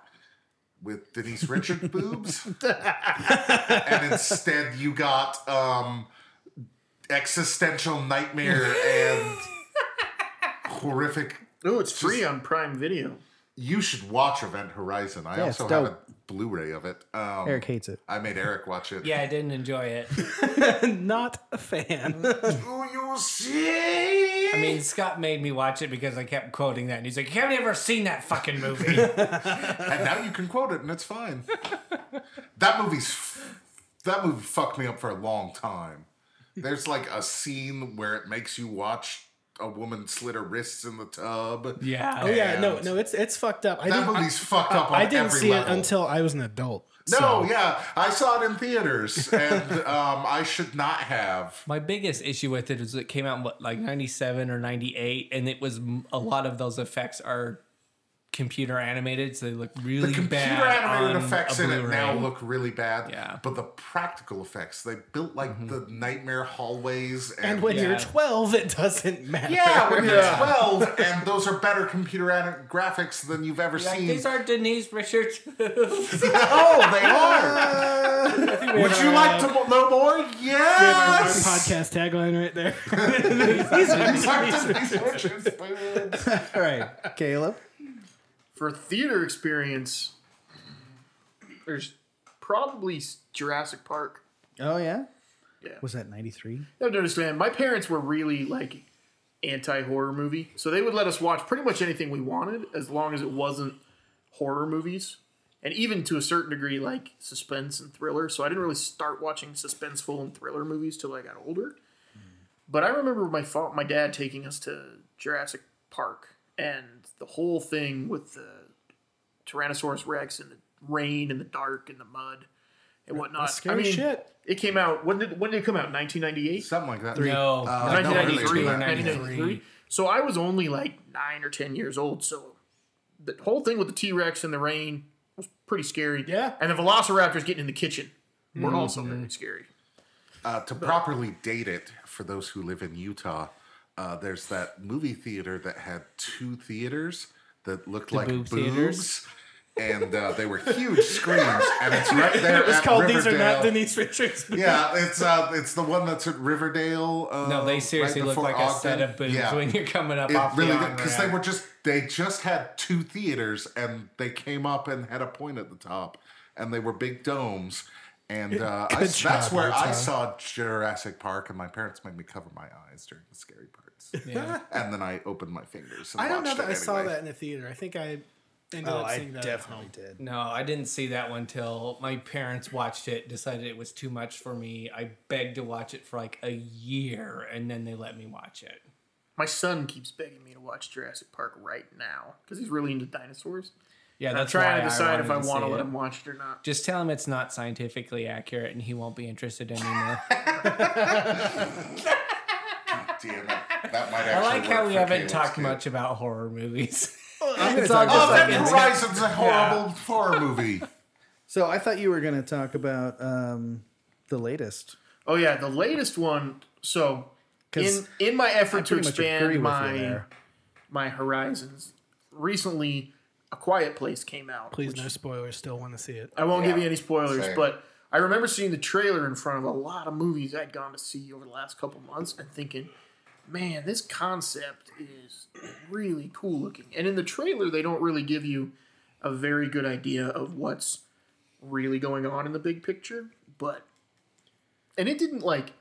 [SPEAKER 4] with Denise Richard boobs, and instead you got um, existential nightmare and horrific.
[SPEAKER 3] Oh, it's free on Prime Video.
[SPEAKER 4] You should watch Event Horizon. I
[SPEAKER 1] Yeah, it's
[SPEAKER 4] also have a
[SPEAKER 1] dope.
[SPEAKER 4] Blu-ray of it. Um,
[SPEAKER 1] Eric hates it.
[SPEAKER 4] I made Eric watch it.
[SPEAKER 5] Yeah, I didn't enjoy it.
[SPEAKER 2] Not a fan.
[SPEAKER 4] Do you see?
[SPEAKER 5] I mean, Scott made me watch it because I kept quoting that, and he's like, "You haven't ever seen that fucking movie."
[SPEAKER 4] and now you can quote it, and it's fine. that movie's that movie fucked me up for a long time. There's like a scene where it makes you watch a woman slit her wrists in the tub.
[SPEAKER 5] yeah.
[SPEAKER 2] oh yeah, no,
[SPEAKER 4] And-
[SPEAKER 2] no, it's it's fucked up. I
[SPEAKER 4] That
[SPEAKER 2] didn't, I,
[SPEAKER 4] movie's fucked up. On
[SPEAKER 2] I didn't
[SPEAKER 4] every
[SPEAKER 2] see
[SPEAKER 4] level.
[SPEAKER 2] it until I was an adult.
[SPEAKER 4] No,
[SPEAKER 2] so-
[SPEAKER 4] yeah, I saw it in theaters, and um, I should not have.
[SPEAKER 5] My biggest issue with it is it came out in what, like 97 or 98, and it was m- a lot of those effects are computer animated, so they look really
[SPEAKER 4] The computer
[SPEAKER 5] bad.
[SPEAKER 4] animated
[SPEAKER 5] on
[SPEAKER 4] effects
[SPEAKER 5] a
[SPEAKER 4] in it
[SPEAKER 5] Blu-ray.
[SPEAKER 4] now look really bad.
[SPEAKER 5] Yeah. Mm-hmm.
[SPEAKER 4] But the practical effects, they built like the nightmare hallways and,
[SPEAKER 2] And when
[SPEAKER 5] Yeah.
[SPEAKER 2] you're 12, it doesn't matter.
[SPEAKER 4] Yeah, when you're 12, and those are better computer ana- graphics than you've ever
[SPEAKER 5] Like,
[SPEAKER 4] seen.
[SPEAKER 5] these are Denise Richards.
[SPEAKER 4] oh, they are. Would you like to mo- know more?
[SPEAKER 2] Our
[SPEAKER 4] Yes.
[SPEAKER 2] podcast tagline right there.
[SPEAKER 1] All right, Caleb.
[SPEAKER 3] For theater experience, there's probably s- Jurassic Park.
[SPEAKER 1] Oh yeah.
[SPEAKER 3] Yeah.
[SPEAKER 1] Was that ninety three?
[SPEAKER 3] You have to understand, my parents were really like anti horror movie, so they would let us watch pretty much anything we wanted as long as it wasn't horror movies, and even to a certain degree, like suspense and thriller. So I didn't really start watching suspenseful and thriller movies till I got older. But I remember my fa- my dad taking us to Jurassic Park, and the whole thing with the Tyrannosaurus Rex and the rain and the dark and the mud and whatnot.
[SPEAKER 2] scary
[SPEAKER 3] I mean,
[SPEAKER 2] shit.
[SPEAKER 3] It came out when did when did it come out? 1998.
[SPEAKER 4] Something like that.
[SPEAKER 5] No.
[SPEAKER 4] Uh, no, earlier than
[SPEAKER 3] 1993,
[SPEAKER 4] that.
[SPEAKER 3] 1993. So I was only like nine or ten years old. So the whole thing with the T Rex and the rain was pretty scary.
[SPEAKER 2] Yeah.
[SPEAKER 3] And the Velociraptors getting in the kitchen were also very scary.
[SPEAKER 4] Uh, to properly date it, for those who live in Utah, uh, there's that movie theater that had two theaters that looked like
[SPEAKER 5] boob
[SPEAKER 4] boobs.
[SPEAKER 5] theaters?
[SPEAKER 4] And uh, they were huge screens, and it's right there.
[SPEAKER 2] It was
[SPEAKER 4] at
[SPEAKER 2] called These Are Not
[SPEAKER 4] Riverdale.
[SPEAKER 2] Denise Richards.
[SPEAKER 4] Yeah, it's uh, it's the one that's at Riverdale. Uh,
[SPEAKER 5] no, they seriously
[SPEAKER 4] right
[SPEAKER 5] look
[SPEAKER 4] before
[SPEAKER 5] like a set
[SPEAKER 4] Ogden.
[SPEAKER 5] of boobs
[SPEAKER 4] Yeah.
[SPEAKER 5] when you're coming up
[SPEAKER 4] It
[SPEAKER 5] off
[SPEAKER 4] really
[SPEAKER 5] the on
[SPEAKER 4] because they were just they just had two theaters and they came up and had a point at the top and they were big domes and uh, I,
[SPEAKER 2] Good
[SPEAKER 4] that's
[SPEAKER 2] job,
[SPEAKER 4] where I
[SPEAKER 2] Utah.
[SPEAKER 4] saw Jurassic Park and my parents made me cover my eyes during the scary parts
[SPEAKER 5] Yeah.
[SPEAKER 4] and then I opened my fingers. And
[SPEAKER 2] I don't know
[SPEAKER 4] watched
[SPEAKER 2] that
[SPEAKER 4] it
[SPEAKER 2] I saw
[SPEAKER 4] anyway.
[SPEAKER 2] that in the theater. I think Oh, I ended up seeing that. at home.
[SPEAKER 1] did.
[SPEAKER 5] No, I didn't see that one till my parents watched it, decided it was too much for me. I begged to watch it for like a year, and then they let me watch it.
[SPEAKER 3] My son keeps begging me to watch Jurassic Park right now because he's really into dinosaurs.
[SPEAKER 5] Yeah,
[SPEAKER 3] I'm
[SPEAKER 5] that's
[SPEAKER 3] trying to
[SPEAKER 5] why
[SPEAKER 3] decide
[SPEAKER 5] I
[SPEAKER 3] if I want to
[SPEAKER 5] see
[SPEAKER 3] let
[SPEAKER 5] it.
[SPEAKER 3] him watch it or not.
[SPEAKER 5] Just tell him it's not scientifically accurate, and he won't be interested anymore.
[SPEAKER 4] Damn it. That might actually
[SPEAKER 5] I like how
[SPEAKER 4] work
[SPEAKER 5] we
[SPEAKER 4] for
[SPEAKER 5] haven't
[SPEAKER 4] Caleb's
[SPEAKER 5] talked
[SPEAKER 4] kid.
[SPEAKER 5] much about horror movies.
[SPEAKER 1] I'm gonna
[SPEAKER 5] It's
[SPEAKER 1] talk
[SPEAKER 5] all
[SPEAKER 1] about
[SPEAKER 4] Oh,
[SPEAKER 5] just
[SPEAKER 4] Event
[SPEAKER 5] like-
[SPEAKER 4] Horizon's a horrible horror movie.
[SPEAKER 1] So I thought you were going to talk about um, the latest.
[SPEAKER 3] Oh yeah, the latest one. So
[SPEAKER 1] 'Cause
[SPEAKER 3] in in my effort to
[SPEAKER 1] Pretty much agree
[SPEAKER 3] expand
[SPEAKER 1] with
[SPEAKER 3] my
[SPEAKER 1] you there.
[SPEAKER 3] my horizons, recently A Quiet Place came out.
[SPEAKER 2] Please, no spoilers. Still want to see it.
[SPEAKER 3] I won't give
[SPEAKER 4] Yeah.
[SPEAKER 3] you any spoilers,
[SPEAKER 4] Same.
[SPEAKER 3] but I remember seeing the trailer in front of a lot of movies I'd gone to see over the last couple months and thinking, man, this concept is really cool looking. And in the trailer, they don't really give you a very good idea of what's really going on in the big picture, but. And it didn't like,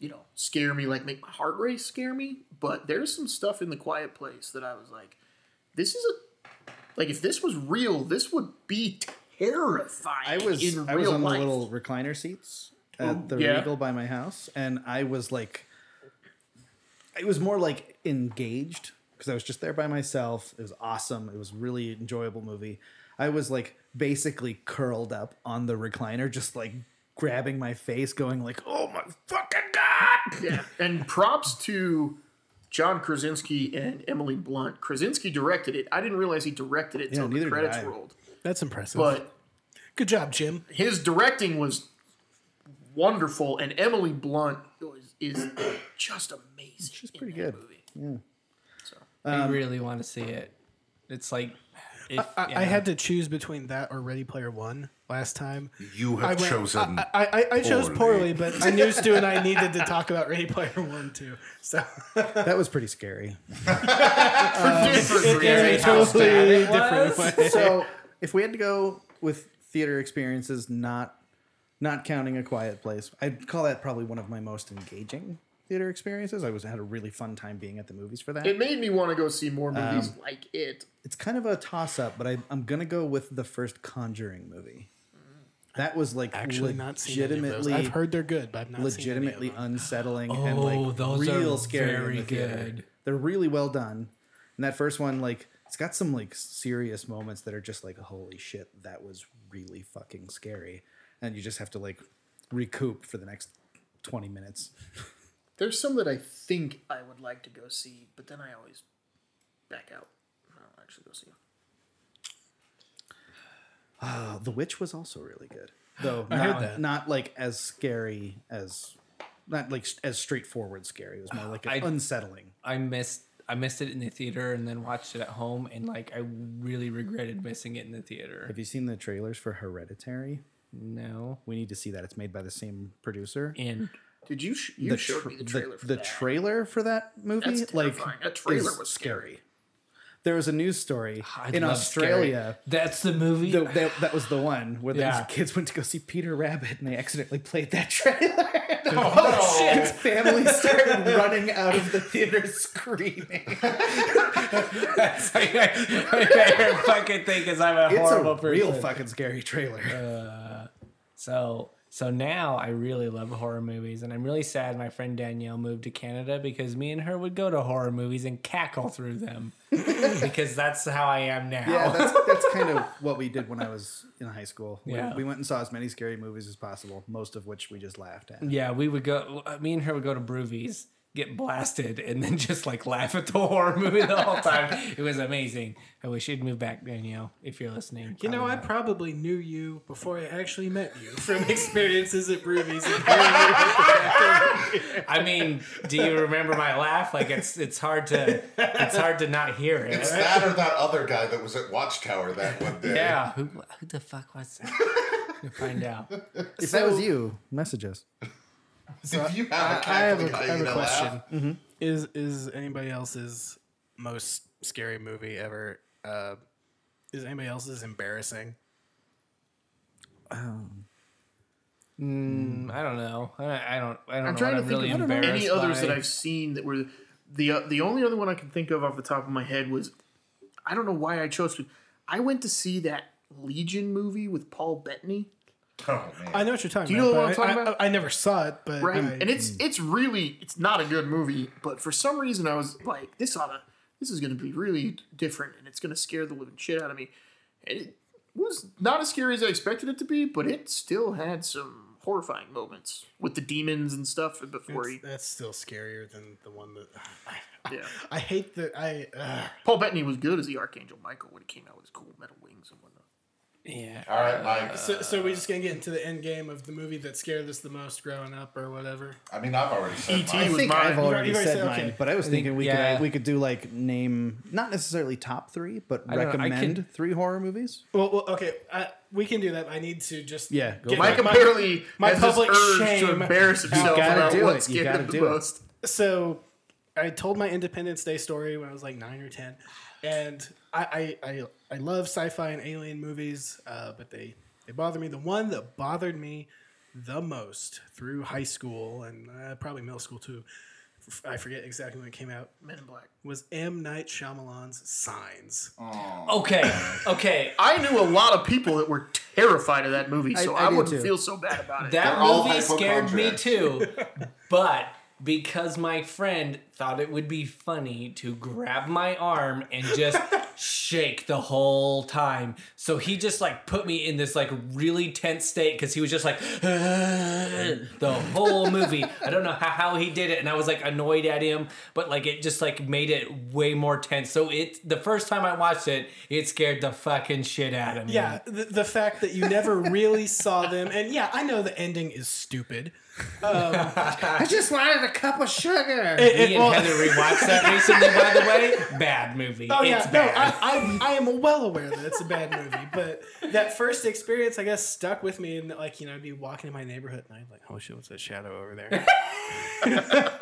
[SPEAKER 3] you know, scare me, like make my heart race scare me, but there's some stuff in The Quiet Place that I was like, this is a like if this was real, this would be terrifying.
[SPEAKER 1] I was
[SPEAKER 3] in
[SPEAKER 1] I was
[SPEAKER 3] real
[SPEAKER 1] on
[SPEAKER 3] life.
[SPEAKER 1] the little recliner seats at the
[SPEAKER 3] yeah.
[SPEAKER 1] Regal by my house, and I was like, it was more like engaged because I was just there by myself. It was awesome. It was a really enjoyable movie. I was like basically curled up on the recliner, just like grabbing my face, going like, "Oh my fucking god!"
[SPEAKER 3] yeah. And props to John Krasinski and Emily Blunt. Krasinski directed it. I didn't realize he directed it until
[SPEAKER 1] neither
[SPEAKER 3] the
[SPEAKER 1] did
[SPEAKER 3] credits
[SPEAKER 1] I.
[SPEAKER 3] rolled.
[SPEAKER 2] That's impressive.
[SPEAKER 3] But
[SPEAKER 2] Good job, Jim.
[SPEAKER 3] his directing was wonderful, and Emily Blunt was, is just amazing. She's
[SPEAKER 1] pretty good.
[SPEAKER 3] Movie.
[SPEAKER 5] I really want to see it. It's like if,
[SPEAKER 2] Um, I,
[SPEAKER 5] yeah.
[SPEAKER 2] I had to choose between that or Ready Player One last time.
[SPEAKER 4] You have
[SPEAKER 2] I went-
[SPEAKER 4] chosen.
[SPEAKER 2] I, I, I- I chose poorly,
[SPEAKER 4] poorly.
[SPEAKER 2] but I knew Stu and I needed to talk about Ready Player One too. So
[SPEAKER 1] That was pretty scary.
[SPEAKER 3] different
[SPEAKER 5] Gary,
[SPEAKER 3] reasons.
[SPEAKER 5] how
[SPEAKER 2] totally
[SPEAKER 5] bad it
[SPEAKER 2] different
[SPEAKER 5] was.
[SPEAKER 2] way.
[SPEAKER 1] So if we had to go with theater experiences, not not counting a quiet place, I'd call that probably one of my most engaging theater experiences. I was had a really fun time being at the movies for that.
[SPEAKER 3] It made me want to go see more movies like it.
[SPEAKER 1] it's kind of a toss up, but I, I'm gonna go with the first Conjuring movie. That was like
[SPEAKER 2] Actually, not seen any of those.
[SPEAKER 1] legitimately
[SPEAKER 2] I've heard they're good, but I've not Seen any
[SPEAKER 1] legitimately
[SPEAKER 2] of them.
[SPEAKER 1] unsettling and like
[SPEAKER 5] Oh, those are
[SPEAKER 1] real scary. in
[SPEAKER 5] very
[SPEAKER 1] the theater.
[SPEAKER 5] good.
[SPEAKER 1] They're really well done. And that first one, like, it's got some like serious moments that are just like, holy shit, that was really fucking scary. And you just have to like recoup for the next twenty minutes.
[SPEAKER 3] There's some that I think I would like to go see, but then I always back out. I don't actually go see them.
[SPEAKER 1] Uh, the Witch was also really good, though.
[SPEAKER 2] I
[SPEAKER 1] not,
[SPEAKER 2] heard that.
[SPEAKER 1] not like as scary as, not like as straightforward scary. It was more like
[SPEAKER 5] I-
[SPEAKER 1] unsettling.
[SPEAKER 5] I missed I missed it in the theater and then watched it at home and like I really regretted missing it in the theater.
[SPEAKER 1] Have you seen the trailers for Hereditary?
[SPEAKER 5] No.
[SPEAKER 1] We need to see that. It's made by the same producer.
[SPEAKER 5] And
[SPEAKER 3] Did you? Sh- you showed me the trailer. for
[SPEAKER 1] the
[SPEAKER 3] that.
[SPEAKER 1] trailer for that movie
[SPEAKER 3] That's
[SPEAKER 1] like
[SPEAKER 3] terrifying. that trailer
[SPEAKER 1] is
[SPEAKER 3] was scary.
[SPEAKER 1] There was a news story
[SPEAKER 5] I
[SPEAKER 1] in
[SPEAKER 5] love
[SPEAKER 1] Australia.
[SPEAKER 5] scary. That's the movie.
[SPEAKER 1] That, that, that was the one where the
[SPEAKER 5] Yeah.
[SPEAKER 1] kids went to go see Peter Rabbit and they accidentally played that trailer.
[SPEAKER 5] oh shit.
[SPEAKER 1] Families started running out of the theater screaming.
[SPEAKER 5] That's like my, my favorite fucking thing because I'm a
[SPEAKER 1] It's
[SPEAKER 5] horrible
[SPEAKER 1] a
[SPEAKER 5] person.
[SPEAKER 1] real fucking scary trailer.
[SPEAKER 5] So so now I really love horror movies and I'm really sad my friend Danielle moved to Canada because me and her would go to horror movies and cackle through them. because that's how I am now.
[SPEAKER 3] Oh.
[SPEAKER 1] Yeah, that's, that's kind of what we did when I was in high school. We,
[SPEAKER 5] Yeah.
[SPEAKER 1] we went and saw as many scary movies as possible, most of which we just laughed
[SPEAKER 3] Mm.
[SPEAKER 1] at.
[SPEAKER 5] Yeah, we would go. Me and her would go to Broovies, get blasted, and then just like laugh at the horror movie the whole time. It was amazing. I wish you'd move back, Danielle, if you're listening.
[SPEAKER 2] You know, I
[SPEAKER 5] Probably
[SPEAKER 2] probably knew you before I actually met you from experiences at Broovies.
[SPEAKER 5] not. I mean, do you remember my laugh? Like it's it's hard to it's hard to not hear
[SPEAKER 4] it's
[SPEAKER 5] it.
[SPEAKER 4] that or that other guy that was at Watchtower that one day.
[SPEAKER 5] Yeah, who who the fuck was that? We'll find out.
[SPEAKER 1] If that was you, message us.
[SPEAKER 4] If you have a
[SPEAKER 2] I have
[SPEAKER 4] cackling
[SPEAKER 2] a, I have a
[SPEAKER 4] hyena laugh,
[SPEAKER 2] question. Is is anybody else's most scary movie ever? Uh, is anybody else's embarrassing?
[SPEAKER 5] Mm, I don't know. I I don't. I don't
[SPEAKER 3] I'm
[SPEAKER 5] know. What
[SPEAKER 3] trying to
[SPEAKER 5] I'm
[SPEAKER 3] think
[SPEAKER 5] really
[SPEAKER 3] of
[SPEAKER 5] embarrassed.
[SPEAKER 3] any others
[SPEAKER 5] by.
[SPEAKER 3] that I've seen that were the uh, the only other one I can think of off the top of my head was I don't know why I chose to. I went to see that Legion movie with Paul Bettany,
[SPEAKER 4] Oh, man.
[SPEAKER 2] I know what you're talking
[SPEAKER 3] you know
[SPEAKER 2] about.
[SPEAKER 3] what I'm
[SPEAKER 2] but I-
[SPEAKER 3] talking
[SPEAKER 2] I,
[SPEAKER 3] about?
[SPEAKER 2] I, never saw it, but
[SPEAKER 3] right?
[SPEAKER 2] I-
[SPEAKER 3] And
[SPEAKER 5] Hmm.
[SPEAKER 3] it's it's really it's not a good movie, but for some reason I was like, this oughta this is going to be really different, and it's going to scare the living shit out of me. And it was not as scary as I expected it to be, but it still had some horrifying moments with the demons and stuff before
[SPEAKER 2] That's- that's still scarier than the one that
[SPEAKER 3] he. Yeah.
[SPEAKER 2] I hate that I uh,
[SPEAKER 3] Paul Bettany was good as the Archangel Michael when he came out with his cool metal wings and whatnot.
[SPEAKER 5] Yeah.
[SPEAKER 4] All right, Mike.
[SPEAKER 2] so, so
[SPEAKER 1] Uh.
[SPEAKER 2] we're just gonna get into the end game of the movie that scared us the most growing up or whatever.
[SPEAKER 4] I mean, I've already said
[SPEAKER 3] E.T.
[SPEAKER 1] I
[SPEAKER 4] mine.
[SPEAKER 3] E was
[SPEAKER 1] think
[SPEAKER 3] mine.
[SPEAKER 1] I've
[SPEAKER 3] You've
[SPEAKER 1] already,
[SPEAKER 2] already
[SPEAKER 1] said
[SPEAKER 2] said-
[SPEAKER 1] mine,
[SPEAKER 2] okay.
[SPEAKER 1] but I was
[SPEAKER 5] think-
[SPEAKER 1] thinking we
[SPEAKER 5] yeah.
[SPEAKER 1] could uh, we could do like name not necessarily top three, but
[SPEAKER 5] don't know, I
[SPEAKER 1] recommend
[SPEAKER 5] could-
[SPEAKER 1] three horror movies.
[SPEAKER 2] Well, well okay, I, we can do that. I need to just
[SPEAKER 1] Yeah, go
[SPEAKER 2] get
[SPEAKER 1] for it.
[SPEAKER 2] my-
[SPEAKER 3] Mike apparently
[SPEAKER 2] my
[SPEAKER 3] has this
[SPEAKER 2] public
[SPEAKER 3] urge to
[SPEAKER 2] shame.
[SPEAKER 3] embarrass himself
[SPEAKER 1] gotta
[SPEAKER 3] about
[SPEAKER 1] do it. You
[SPEAKER 3] what scared
[SPEAKER 1] gotta
[SPEAKER 3] him the
[SPEAKER 1] do it.
[SPEAKER 3] most.
[SPEAKER 2] so I told my Independence Day story when I was like nine or ten, and I I, I, I love sci-fi and alien movies, uh, but they they bother me. The one that bothered me the most through high school and uh, probably middle school too, f- I forget exactly when it came out,
[SPEAKER 3] Men in Black.
[SPEAKER 2] was M Night Shyamalan's Signs.
[SPEAKER 5] Okay. Okay.
[SPEAKER 3] I knew a lot of people that were terrified of that movie, so
[SPEAKER 1] I
[SPEAKER 3] I,
[SPEAKER 1] do
[SPEAKER 3] wouldn't
[SPEAKER 1] too.
[SPEAKER 3] feel so bad about it.
[SPEAKER 5] That
[SPEAKER 4] They're all
[SPEAKER 5] movie scared me
[SPEAKER 4] hypochondriacs.
[SPEAKER 5] too, but because my friend thought it would be funny to grab my arm and just shake the whole time. So he just like put me in this like really tense state because he was just like the whole movie. I don't know how, how he did it, and I was like annoyed at him, but like it just like made it way more tense. So it the first time I watched it, it scared the fucking shit out of me.
[SPEAKER 2] Yeah, the, the fact that you never really saw them, and yeah, I know the ending is stupid,
[SPEAKER 1] I just wanted a cup of sugar.
[SPEAKER 5] Me and Heather rewatched that recently, by the way. Bad movie.
[SPEAKER 2] Oh
[SPEAKER 5] it's
[SPEAKER 2] yeah, no,
[SPEAKER 5] bad.
[SPEAKER 2] I, I, I am well aware that it's a bad movie, but that first experience, I guess, stuck with me. And like, you know, I'd be walking in my neighborhood, and I'd like, oh shit, what's that shadow over there?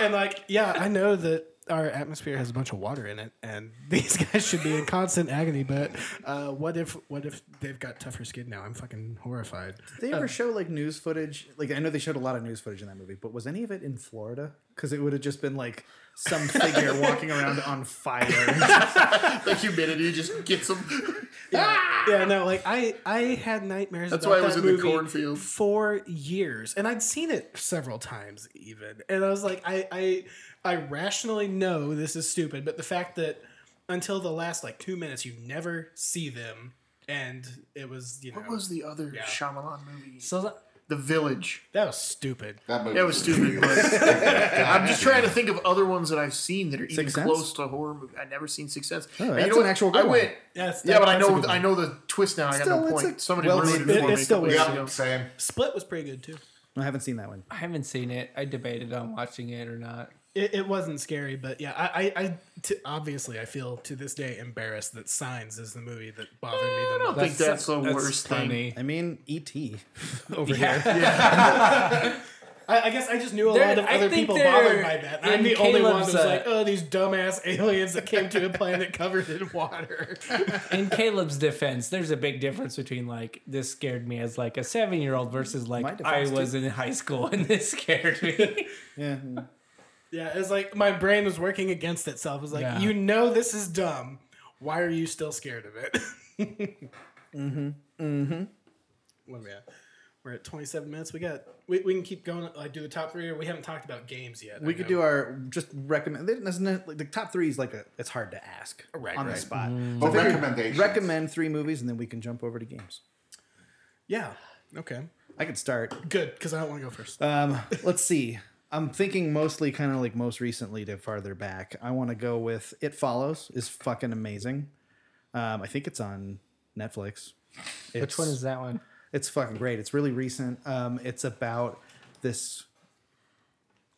[SPEAKER 2] and like, yeah, I know that our atmosphere has a bunch of water in it, and these guys should be in constant agony. But uh, what if, what if they've got tougher skin now? I'm fucking horrified.
[SPEAKER 1] Did they ever show like news footage? Like I know they showed a lot of news footage in that movie, but was any of it in Florida? Because it would have just been like some figure walking around on fire.
[SPEAKER 3] The humidity just gets them.
[SPEAKER 2] Yeah, no, like I, I had nightmares.
[SPEAKER 3] That's
[SPEAKER 2] about
[SPEAKER 3] why it was
[SPEAKER 2] that
[SPEAKER 3] in the
[SPEAKER 2] movie
[SPEAKER 3] cornfield.
[SPEAKER 2] for years, and I'd seen it several times even, and I was like, I, I, I rationally know this is stupid, but the fact that until the last like two minutes you never see them, and it was you know
[SPEAKER 3] What was the other Shyamalan movie?
[SPEAKER 5] so that-
[SPEAKER 3] The Village.
[SPEAKER 2] that was stupid.
[SPEAKER 4] That movie
[SPEAKER 3] That was stupid. but I'm just trying to think of other ones that I've seen that are even
[SPEAKER 1] Sixth Sense?
[SPEAKER 3] close to horror movie. I've never seen Sixth Sense. And
[SPEAKER 1] that's
[SPEAKER 3] know
[SPEAKER 1] an
[SPEAKER 3] what?
[SPEAKER 1] actual
[SPEAKER 3] I
[SPEAKER 1] good one.
[SPEAKER 3] went.
[SPEAKER 2] That's,
[SPEAKER 3] Yeah, but I
[SPEAKER 2] that's a
[SPEAKER 3] know
[SPEAKER 2] good
[SPEAKER 3] I
[SPEAKER 2] one.
[SPEAKER 3] know the twist now. I got
[SPEAKER 1] Still,
[SPEAKER 3] no
[SPEAKER 1] it's
[SPEAKER 3] point.
[SPEAKER 1] a
[SPEAKER 3] Somebody
[SPEAKER 1] well
[SPEAKER 3] ruined
[SPEAKER 1] made
[SPEAKER 3] it for
[SPEAKER 2] film.
[SPEAKER 3] me.
[SPEAKER 2] It's still
[SPEAKER 3] a couple
[SPEAKER 2] weird.
[SPEAKER 3] years ago.
[SPEAKER 4] yeah, same.
[SPEAKER 2] Split was pretty good too.
[SPEAKER 1] I haven't seen that one.
[SPEAKER 5] I haven't seen it. I debated on watching it or not.
[SPEAKER 2] It, it wasn't scary, but yeah, I, I, I t- obviously I feel to this day embarrassed that Signs is the movie that bothered me the most.
[SPEAKER 3] Eh, I think that's the worst thing.
[SPEAKER 1] I mean, E E.T. over here.
[SPEAKER 5] Yeah.
[SPEAKER 2] I, I guess I just knew a
[SPEAKER 5] There-
[SPEAKER 2] lot of
[SPEAKER 5] I
[SPEAKER 2] other
[SPEAKER 5] think
[SPEAKER 2] people
[SPEAKER 5] there-
[SPEAKER 2] bothered by that. I'm
[SPEAKER 5] in
[SPEAKER 2] the only one
[SPEAKER 5] Caleb's,
[SPEAKER 2] who's
[SPEAKER 5] uh,
[SPEAKER 2] like, oh, these dumbass aliens that came to a planet covered in water.
[SPEAKER 5] In Caleb's defense, there's a big difference between like this scared me as like a seven year old versus
[SPEAKER 1] My
[SPEAKER 5] like I
[SPEAKER 1] defense,
[SPEAKER 5] was in high school and this scared me.
[SPEAKER 1] Yeah.
[SPEAKER 2] yeah, it's like my brain was working against itself. It was like,
[SPEAKER 5] Yeah.
[SPEAKER 2] you know, this is dumb. Why are you still scared of it? mm-hmm. Mm-hmm. Let me. At? We're at 27 minutes. We got. We, we can keep going. Like, do the top three. Or we haven't talked about games yet.
[SPEAKER 1] We could do our just recommend. they didn't necessarily- Like, the top three is like a, it's hard to ask
[SPEAKER 2] Right,
[SPEAKER 1] on the
[SPEAKER 2] right.
[SPEAKER 1] spot.
[SPEAKER 4] But
[SPEAKER 1] I figured
[SPEAKER 4] recommendations.
[SPEAKER 1] Recommend three movies, and then we can jump over to games.
[SPEAKER 2] Yeah. Okay.
[SPEAKER 1] I could start.
[SPEAKER 2] Good, because I don't want to go first.
[SPEAKER 1] Um, let's see. I'm thinking mostly kind of like most recently to farther back. I want to go with It Follows is fucking amazing. Um, I think it's on Netflix.
[SPEAKER 5] Which one is that one?
[SPEAKER 1] It's fucking great. It's really recent. Um, it's about this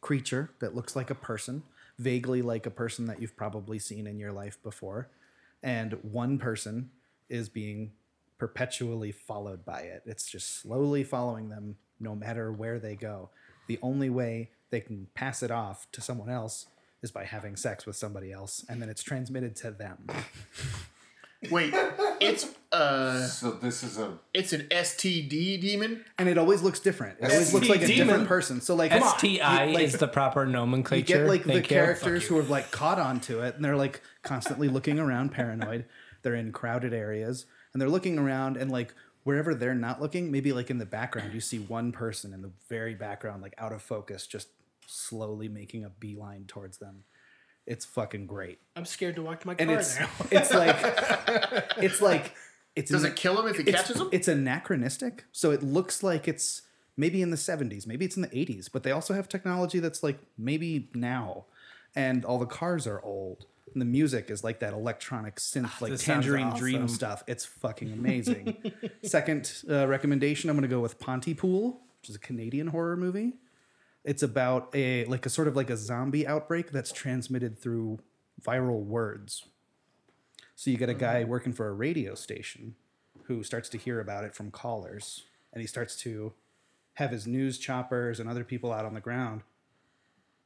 [SPEAKER 1] creature that looks like a person, vaguely like a person that you've probably seen in your life before. And one person is being perpetually followed by it. It's just slowly following them no matter where they go. The only way they can pass it off to someone else is by having sex with somebody else, and then it's transmitted to them.
[SPEAKER 3] Wait, it's uh,
[SPEAKER 4] So this is a
[SPEAKER 3] it's an STD demon.
[SPEAKER 1] And it always looks different. It always looks like a
[SPEAKER 2] STD.
[SPEAKER 1] different person. So, like,
[SPEAKER 5] STI
[SPEAKER 1] you- like,
[SPEAKER 5] is the proper nomenclature.
[SPEAKER 1] you get like the
[SPEAKER 5] Thank you.
[SPEAKER 1] characters who have like caught onto it and they're like constantly looking around paranoid they're in crowded areas and they're looking around and like wherever they're not looking maybe like in the background you see one person in the very background like out of focus just slowly making a beeline towards them it's fucking great
[SPEAKER 2] I'm scared to walk to my car
[SPEAKER 1] and it's
[SPEAKER 2] now.
[SPEAKER 1] it's like it's like it's
[SPEAKER 3] Does
[SPEAKER 1] an-
[SPEAKER 3] it kill him if it
[SPEAKER 1] it's,
[SPEAKER 3] catches him?
[SPEAKER 1] it's anachronistic so it looks like it's maybe in the 70s maybe it's in the 80s but they also have technology that's like maybe now and all the cars are old and the music is like that electronic synth like
[SPEAKER 5] Ah, this sounds
[SPEAKER 1] tangerine dream
[SPEAKER 5] awesome.
[SPEAKER 1] stuff it's fucking amazing second uh, recommendation i'm going to go with pontypool which is a canadian horror movie it's about a like a sort of like a zombie outbreak that's transmitted through viral words so you get a
[SPEAKER 5] Mm-hmm.
[SPEAKER 1] guy working for a radio station who starts to hear about it from callers and he starts to have his news choppers and other people out on the ground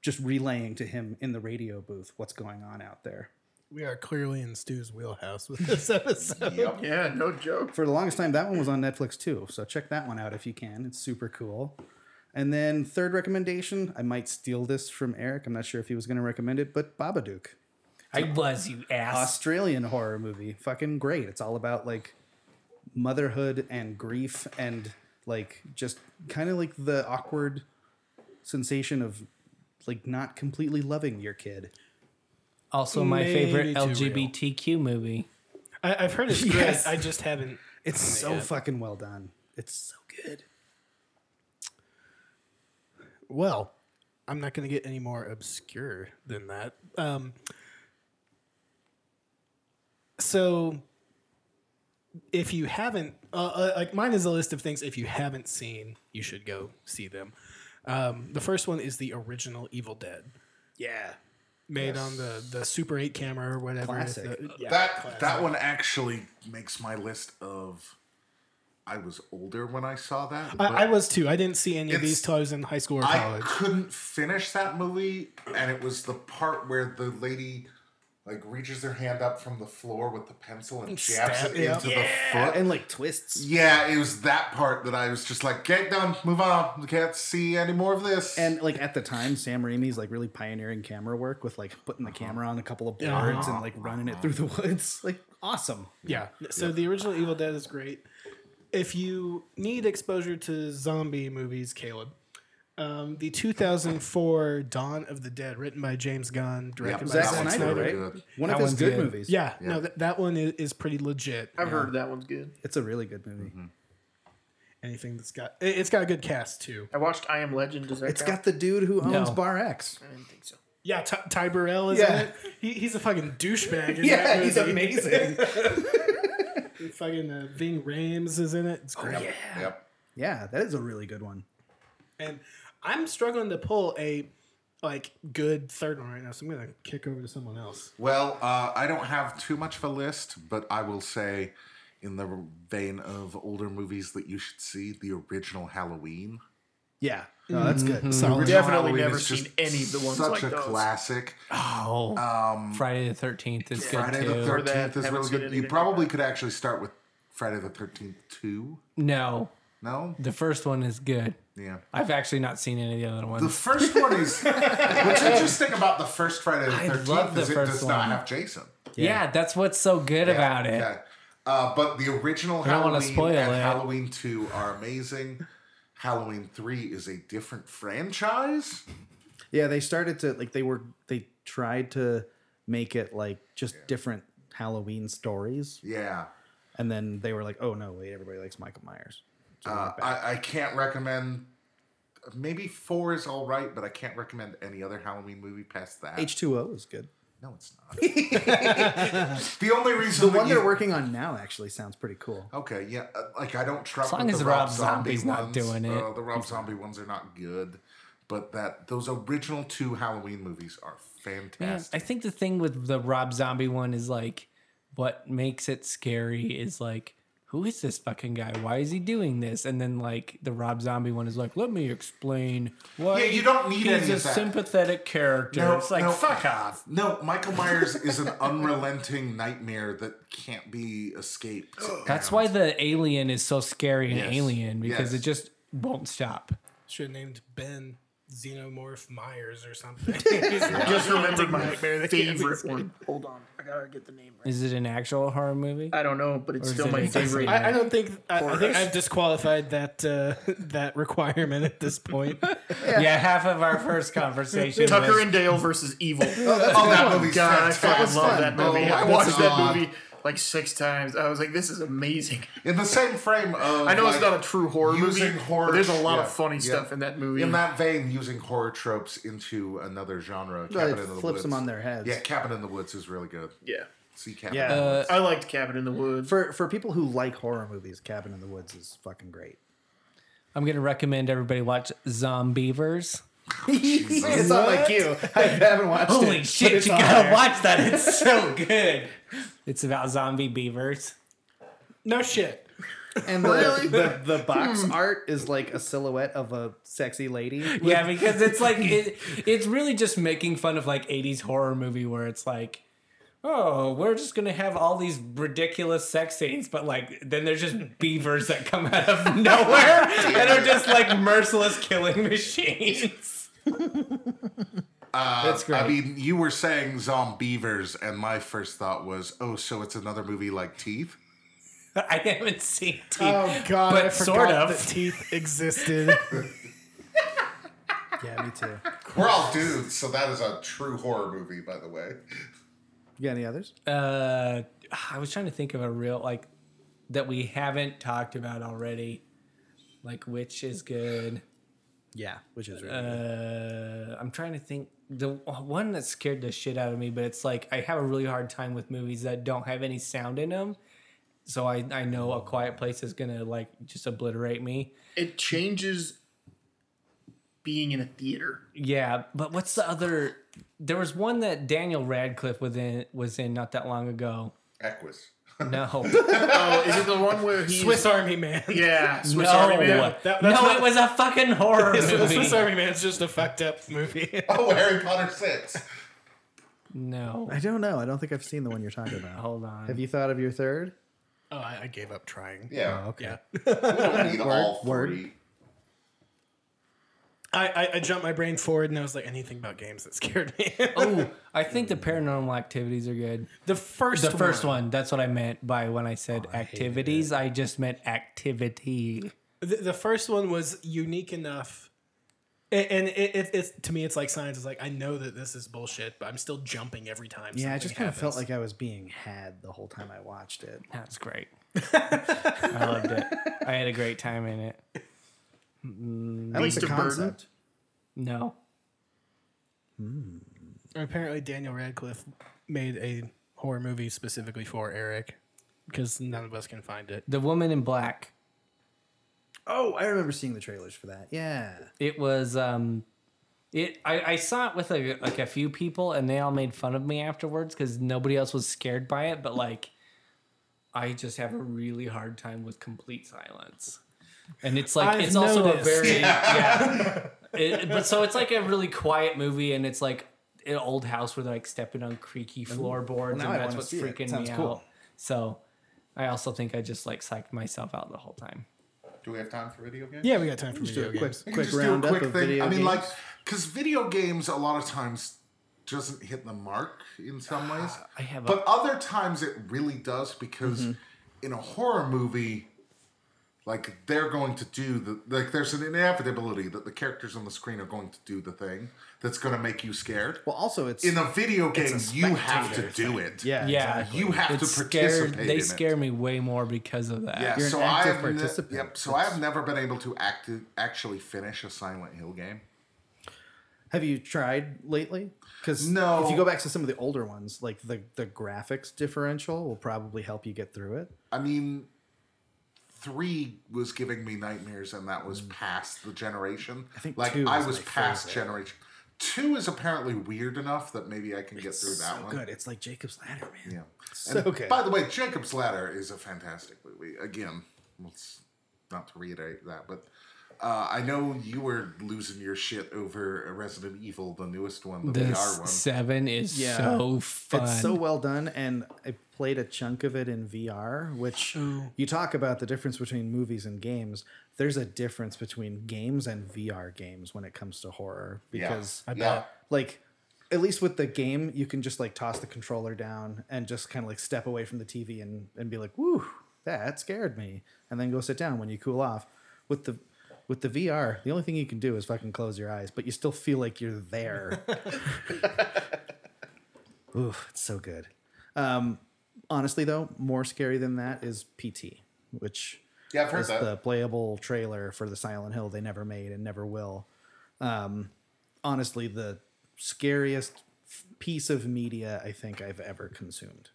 [SPEAKER 1] just relaying to him in the radio booth what's going on out there.
[SPEAKER 2] We are clearly in Stu's wheelhouse with this episode.
[SPEAKER 3] Yeah, no joke.
[SPEAKER 1] For the longest time, that one was on Netflix too. So check that one out if you can. It's super cool. And then third recommendation, I might steal this from Eric. I'm not sure if he was going to recommend it, but Babadook,
[SPEAKER 5] I was you ass.
[SPEAKER 1] Australian horror movie, fucking great. It's all about like motherhood and grief and like just kind of like the awkward sensation of like not completely loving your kid.
[SPEAKER 5] Also, my
[SPEAKER 2] Maybe
[SPEAKER 5] favorite
[SPEAKER 2] too real.
[SPEAKER 5] LGBTQ movie.
[SPEAKER 2] I, I've heard it's great.
[SPEAKER 1] Yes.
[SPEAKER 2] I just haven't.
[SPEAKER 1] It's so fucking well done. It's so good.
[SPEAKER 2] Well, I'm not going to get any more obscure than that. Um, so, if you haven't, uh, uh, like mine is a list of things if you haven't seen, you should go see them. Um, the first one is the original Evil Dead,
[SPEAKER 1] Yeah.
[SPEAKER 2] made on the the Super 8 camera or whatever.
[SPEAKER 1] Classic.
[SPEAKER 2] The- yeah.
[SPEAKER 4] that that one actually makes my list of. I was older when I saw that. but
[SPEAKER 2] I, I was too. I didn't see any of
[SPEAKER 4] It's-
[SPEAKER 2] these till I was in high school or
[SPEAKER 4] I
[SPEAKER 2] college.
[SPEAKER 4] couldn't finish that movie, and it was the part where the lady like reaches her hand up from the floor with the pencil and jabs
[SPEAKER 2] stab-
[SPEAKER 4] it
[SPEAKER 2] yeah.
[SPEAKER 4] into the foot.
[SPEAKER 1] And like twists.
[SPEAKER 4] Yeah, it was that part that I was just like, get done, move on. We can't see any more of this.
[SPEAKER 1] And like at the time, Sam Raimi's like really pioneering camera work with like putting the camera on a couple of boards and like running it through the woods. Like awesome.
[SPEAKER 2] Yeah. So the original Evil Dead is great. If you need exposure to zombie movies, Caleb, um, the 2004 Dawn of the Dead, written by James Gunn,
[SPEAKER 4] yeah,
[SPEAKER 2] directed
[SPEAKER 1] Zack
[SPEAKER 2] by
[SPEAKER 4] that
[SPEAKER 2] Zack
[SPEAKER 4] one's
[SPEAKER 1] Snyder,
[SPEAKER 2] Snyder.
[SPEAKER 4] really
[SPEAKER 1] right?
[SPEAKER 4] good.
[SPEAKER 1] One
[SPEAKER 5] That
[SPEAKER 1] of his
[SPEAKER 5] one's
[SPEAKER 1] good,
[SPEAKER 5] good.
[SPEAKER 1] movies.
[SPEAKER 2] Yeah, no, that, that one is, is pretty legit.
[SPEAKER 3] I've heard that one's good.
[SPEAKER 1] It's a really good movie.
[SPEAKER 2] Anything that's got it- it's got a good cast too.
[SPEAKER 3] I watched I Am Legend. Does that
[SPEAKER 1] It's
[SPEAKER 3] count?
[SPEAKER 1] got the dude who owns
[SPEAKER 5] No.
[SPEAKER 1] Bar X.
[SPEAKER 3] I didn't think so.
[SPEAKER 2] Yeah, Ty, Ty Burrell is
[SPEAKER 1] Yeah.
[SPEAKER 2] in it. He, he's a fucking douchebag. in that
[SPEAKER 1] Yeah,
[SPEAKER 2] movie.
[SPEAKER 1] he's amazing.
[SPEAKER 2] Fucking uh, Ving Rhames is in it.
[SPEAKER 1] Oh,
[SPEAKER 2] It's great.
[SPEAKER 4] Yep.
[SPEAKER 1] yeah, that is a really good one.
[SPEAKER 2] And I'm struggling to pull a like good third one right now, so I'm gonna kick over to someone else.
[SPEAKER 4] Well, uh, I don't have too much of a list, but I will say, in the vein of older movies that you should see, the original Halloween.
[SPEAKER 1] Yeah. No, that's good.
[SPEAKER 2] Solid.
[SPEAKER 4] original
[SPEAKER 3] Definitely
[SPEAKER 4] Halloween
[SPEAKER 3] never
[SPEAKER 4] is just
[SPEAKER 3] seen any of the ones
[SPEAKER 4] Such
[SPEAKER 3] like
[SPEAKER 4] a
[SPEAKER 3] those.
[SPEAKER 4] classic.
[SPEAKER 5] Oh, Friday the Thirteenth is good
[SPEAKER 4] Friday
[SPEAKER 5] too.
[SPEAKER 4] the
[SPEAKER 3] that,
[SPEAKER 4] Thirteenth is
[SPEAKER 3] haven't
[SPEAKER 4] really
[SPEAKER 3] seen
[SPEAKER 4] good.
[SPEAKER 3] anything
[SPEAKER 4] You
[SPEAKER 3] like
[SPEAKER 4] probably could actually start with Friday the Thirteenth Two.
[SPEAKER 5] no,
[SPEAKER 4] No,
[SPEAKER 5] the first one is good.
[SPEAKER 4] yeah.
[SPEAKER 5] I've actually not seen any of the other
[SPEAKER 4] The
[SPEAKER 5] ones.
[SPEAKER 4] first one is what's interesting about the first Friday the
[SPEAKER 5] love
[SPEAKER 4] Thirteenth
[SPEAKER 5] the
[SPEAKER 4] is it
[SPEAKER 5] first
[SPEAKER 4] does
[SPEAKER 5] one.
[SPEAKER 4] not have Jason.
[SPEAKER 5] yeah. that's what's so good about it.
[SPEAKER 4] Yeah. Uh, but the original
[SPEAKER 5] don't wanna
[SPEAKER 4] Halloween
[SPEAKER 5] spoil
[SPEAKER 4] and
[SPEAKER 5] it.
[SPEAKER 4] Halloween Two are amazing. Halloween Three is a different franchise.
[SPEAKER 1] Yeah, they started to like they were they tried to make it like just different Halloween stories,
[SPEAKER 4] Yeah.
[SPEAKER 1] and then they were like, "Oh no, wait, everybody likes Michael Myers." So they
[SPEAKER 4] Uh,
[SPEAKER 1] went back.
[SPEAKER 4] I, I can't recommend. Maybe four is all right, but I can't recommend any other Halloween movie past that.
[SPEAKER 1] H2O is good.
[SPEAKER 4] No, it's not. the only reason
[SPEAKER 1] The
[SPEAKER 4] that
[SPEAKER 1] one
[SPEAKER 4] you-
[SPEAKER 1] they're working on now actually sounds pretty cool.
[SPEAKER 4] Okay, yeah, uh, like I don't trust.
[SPEAKER 5] As long
[SPEAKER 4] with
[SPEAKER 5] as
[SPEAKER 4] the
[SPEAKER 5] Rob
[SPEAKER 4] Rob Zombie
[SPEAKER 5] Zombie's not
[SPEAKER 4] ones.
[SPEAKER 5] doing it.
[SPEAKER 4] Uh, the Rob Zombie ones are not good, but that those original two Halloween movies are
[SPEAKER 5] Man,
[SPEAKER 4] fantastic.
[SPEAKER 5] I think the thing with the Rob Zombie one is like, what makes it scary is like, who is this fucking guy? Why is he doing this? And then like the Rob Zombie one is like, let me explain.
[SPEAKER 4] Yeah,
[SPEAKER 5] Why
[SPEAKER 4] you don't need
[SPEAKER 5] he's
[SPEAKER 4] any
[SPEAKER 5] a
[SPEAKER 4] of that.
[SPEAKER 5] sympathetic character. it's like fuck off.
[SPEAKER 4] No, Michael Myers is an unrelenting nightmare that can't be escaped.
[SPEAKER 5] That's why the alien is so scary in
[SPEAKER 4] Yes.
[SPEAKER 5] Alien because
[SPEAKER 4] Yes.
[SPEAKER 5] it just won't stop.
[SPEAKER 2] should have named Ben Xenomorph Myers or something. Just
[SPEAKER 3] remembered my favorite one. Hold on, I gotta get the name right.
[SPEAKER 5] Is it an actual horror movie?
[SPEAKER 3] I don't know, but it's
[SPEAKER 5] Or
[SPEAKER 3] still
[SPEAKER 5] is
[SPEAKER 3] my
[SPEAKER 5] it a-
[SPEAKER 3] favorite.
[SPEAKER 2] I, I don't think I, I think
[SPEAKER 3] Horrors.
[SPEAKER 2] I've disqualified that uh, that requirement at this point.
[SPEAKER 5] yeah. half of our first conversation.
[SPEAKER 3] Tucker
[SPEAKER 5] was-
[SPEAKER 3] and Dale versus Evil.
[SPEAKER 4] Oh, that movie's
[SPEAKER 3] God, I fucking
[SPEAKER 4] fantastic.
[SPEAKER 3] love that
[SPEAKER 4] Oh,
[SPEAKER 3] movie. I
[SPEAKER 4] that's
[SPEAKER 3] watched that
[SPEAKER 4] odd.
[SPEAKER 3] movie like six times. I was like, this is amazing.
[SPEAKER 4] In the same frame of,
[SPEAKER 3] I know
[SPEAKER 4] like,
[SPEAKER 3] it's not a true horror
[SPEAKER 4] Oh, using
[SPEAKER 3] movie.
[SPEAKER 4] horror-
[SPEAKER 3] but there's a lot
[SPEAKER 4] yeah,
[SPEAKER 3] of funny
[SPEAKER 4] yeah.
[SPEAKER 3] stuff in that movie.
[SPEAKER 4] in that vein, using horror tropes into another genre.
[SPEAKER 1] But
[SPEAKER 4] Cabin
[SPEAKER 1] it
[SPEAKER 4] in the
[SPEAKER 1] flips
[SPEAKER 4] Woods.
[SPEAKER 1] them on their heads.
[SPEAKER 4] Yeah, Cabin in the Woods is really good.
[SPEAKER 3] yeah,
[SPEAKER 4] See Cabin.
[SPEAKER 1] Yeah.
[SPEAKER 4] In the Woods.
[SPEAKER 3] I liked Cabin in the Woods.
[SPEAKER 1] For for people who like horror movies, Cabin in the Woods is fucking great.
[SPEAKER 5] I'm gonna recommend everybody watch Zombievers.
[SPEAKER 1] it's not like you. I haven't watched it.
[SPEAKER 5] Holy
[SPEAKER 1] but
[SPEAKER 5] shit,
[SPEAKER 1] it's
[SPEAKER 5] you
[SPEAKER 1] on
[SPEAKER 5] gotta
[SPEAKER 1] there.
[SPEAKER 5] watch that. It's so good. It's about zombie beavers.
[SPEAKER 2] no shit.
[SPEAKER 1] And the, the, the box art is like a silhouette of a sexy lady.
[SPEAKER 5] Yeah, because it's like it, it's really just making fun of like 80s horror movie where it's like Oh, we're just gonna have all these ridiculous sex scenes, but like then there's just beavers that come out of nowhere and are just like merciless killing machines. That's great.
[SPEAKER 4] Uh, I mean, you were saying Zombievers, and my first thought was, oh, so it's another movie like Teeth?
[SPEAKER 5] I haven't seen teeth.
[SPEAKER 2] Oh god,
[SPEAKER 5] But
[SPEAKER 2] I
[SPEAKER 5] sort
[SPEAKER 2] forgot
[SPEAKER 5] of.
[SPEAKER 2] that teeth existed.
[SPEAKER 1] Yeah, me too.
[SPEAKER 4] We're all dudes, so that is a true horror movie, by the way.
[SPEAKER 1] You got any others?
[SPEAKER 5] uh i was trying to think of a real like that we haven't talked about already like which is good
[SPEAKER 1] Yeah, which is really
[SPEAKER 5] uh i'm trying to think the one that scared the shit out of me but it's like i have a really hard time with movies that don't have any sound in them so I, I know a quiet place is gonna like just obliterate me.
[SPEAKER 3] It changes being in a theater.
[SPEAKER 5] Yeah, but what's the other? There was one that Daniel Radcliffe was in was in not that long ago.
[SPEAKER 4] Equus.
[SPEAKER 5] No,
[SPEAKER 3] Oh, is it the one where he's
[SPEAKER 2] Swiss Army Man.
[SPEAKER 3] Yeah, Swiss
[SPEAKER 5] no,
[SPEAKER 3] Army Man.
[SPEAKER 2] That- that's
[SPEAKER 5] no,
[SPEAKER 2] not-
[SPEAKER 5] it was a fucking horror movie.
[SPEAKER 2] Swiss Army Man's just a fucked up movie.
[SPEAKER 4] Oh, Harry Potter 6.
[SPEAKER 5] No,
[SPEAKER 1] I don't know. I don't think I've seen the one you're talking about.
[SPEAKER 5] hold on.
[SPEAKER 1] Have you thought of your third?
[SPEAKER 2] Oh, I, I gave up trying.
[SPEAKER 4] Yeah.
[SPEAKER 1] Oh, okay.
[SPEAKER 2] Yeah.
[SPEAKER 4] We don't need all three.
[SPEAKER 1] word.
[SPEAKER 2] I, I, I jumped my brain forward and I was like, anything about games that scared me.
[SPEAKER 5] oh, I think the paranormal activities are good.
[SPEAKER 2] the first
[SPEAKER 5] The first one. That's what I meant by when I said activities. I just meant activity.
[SPEAKER 2] The, the first one was unique enough. a- And it, it, it's to me, it's like science. It's like I know that this is bullshit, but I'm still jumping every time.
[SPEAKER 1] Yeah, I
[SPEAKER 2] something
[SPEAKER 1] just kind of
[SPEAKER 2] happens.
[SPEAKER 1] felt like I was being had the whole time I watched it.
[SPEAKER 5] That's great. I loved it. I had a great time in it.
[SPEAKER 1] I like
[SPEAKER 3] Beast
[SPEAKER 1] the
[SPEAKER 3] of Burden.
[SPEAKER 1] concept.
[SPEAKER 5] No.
[SPEAKER 2] apparently Daniel Radcliffe made a horror movie specifically for Eric because none of us can find it.
[SPEAKER 5] The woman in black.
[SPEAKER 1] Oh, I remember seeing the trailers for that. Yeah.
[SPEAKER 5] It was um it I, I saw it with like, like a few people and they all made fun of me afterwards because nobody else was scared by it, but like I just have a really hard time with complete silence. And it's like
[SPEAKER 2] I've
[SPEAKER 5] it's also a
[SPEAKER 2] noticed.
[SPEAKER 5] very yeah. It, but so it's like a really quiet movie and it's like an old house where they're like stepping on creaky floorboards
[SPEAKER 1] Mm-hmm. now I
[SPEAKER 5] and that's
[SPEAKER 1] wanna
[SPEAKER 5] what's
[SPEAKER 1] see it.
[SPEAKER 5] freaking
[SPEAKER 1] Sounds
[SPEAKER 5] me
[SPEAKER 1] cool.
[SPEAKER 5] out. So I also think I just like psyched myself out the whole time.
[SPEAKER 4] Do we have time for video games?
[SPEAKER 2] Yeah, we got time for
[SPEAKER 1] Do
[SPEAKER 2] video
[SPEAKER 1] a quick,
[SPEAKER 2] games.
[SPEAKER 1] quick
[SPEAKER 4] just do a
[SPEAKER 1] roundup
[SPEAKER 4] quick
[SPEAKER 1] of
[SPEAKER 4] thing.
[SPEAKER 1] video
[SPEAKER 4] I mean,
[SPEAKER 1] games.
[SPEAKER 4] like, because video games a lot of times doesn't hit the mark in some ways.
[SPEAKER 1] Ah,
[SPEAKER 5] I have a-
[SPEAKER 4] but other times it really does because
[SPEAKER 1] Mm-hmm.
[SPEAKER 4] in a horror movie, like they're going to do the like. There's an inevitability that the characters on the screen are going to do the thing that's going to make you scared.
[SPEAKER 1] well, also it's
[SPEAKER 4] In a video game,
[SPEAKER 1] a
[SPEAKER 4] you have to
[SPEAKER 1] spectator
[SPEAKER 4] do it.
[SPEAKER 1] yeah,
[SPEAKER 5] Yeah.
[SPEAKER 1] exactly.
[SPEAKER 4] you have
[SPEAKER 5] It's
[SPEAKER 4] to
[SPEAKER 5] scare,
[SPEAKER 4] participate.
[SPEAKER 5] they
[SPEAKER 4] in
[SPEAKER 5] scare
[SPEAKER 4] it.
[SPEAKER 5] me way more because of that.
[SPEAKER 4] Yeah,
[SPEAKER 1] Uh, You're an
[SPEAKER 4] so I
[SPEAKER 1] active
[SPEAKER 4] have ne-
[SPEAKER 1] participant.
[SPEAKER 4] yep. So I have never been able to act actually finish a Silent Hill game.
[SPEAKER 1] Have you tried lately? Because
[SPEAKER 4] No.
[SPEAKER 1] if you go back to some of the older ones, like the the graphics differential will probably help you get through it.
[SPEAKER 4] I mean, three was giving me nightmares, and that was past the generation. I
[SPEAKER 1] Mm. think
[SPEAKER 4] like
[SPEAKER 1] two
[SPEAKER 4] I
[SPEAKER 1] was
[SPEAKER 4] was
[SPEAKER 1] my
[SPEAKER 4] past generation. Two is apparently weird enough that maybe I can get through that
[SPEAKER 1] so
[SPEAKER 4] one.
[SPEAKER 1] good, it's like Jacob's Ladder, man.
[SPEAKER 4] Yeah.
[SPEAKER 1] So
[SPEAKER 4] And
[SPEAKER 1] good.
[SPEAKER 4] By the way, Jacob's Ladder is a fantastic movie. Again, let's not to reiterate that, but uh, I know you were losing your shit over a Resident Evil, the newest one, the
[SPEAKER 5] This
[SPEAKER 4] VR one.
[SPEAKER 5] seven is
[SPEAKER 1] Yeah.
[SPEAKER 5] so fun.
[SPEAKER 1] It's so well done, and I played a chunk of it in VR. Which you talk about the difference between movies and games. There's a difference between games and VR games when it comes to horror
[SPEAKER 4] Yeah.
[SPEAKER 1] because
[SPEAKER 4] yeah.
[SPEAKER 1] like at least with the game you can just like toss the controller down and just kind of like step away from the tv and and be like whew that scared me and then go sit down when you cool off with the with the vr the only thing you can do is fucking close your eyes but you still feel like you're there Ooh, it's so good um honestly though more scary than that is pt which
[SPEAKER 4] Yeah, I've heard
[SPEAKER 1] is
[SPEAKER 4] that.
[SPEAKER 1] the playable trailer for the Silent Hill they never made and never will. Um, honestly, the scariest f- piece of media I think I've ever consumed.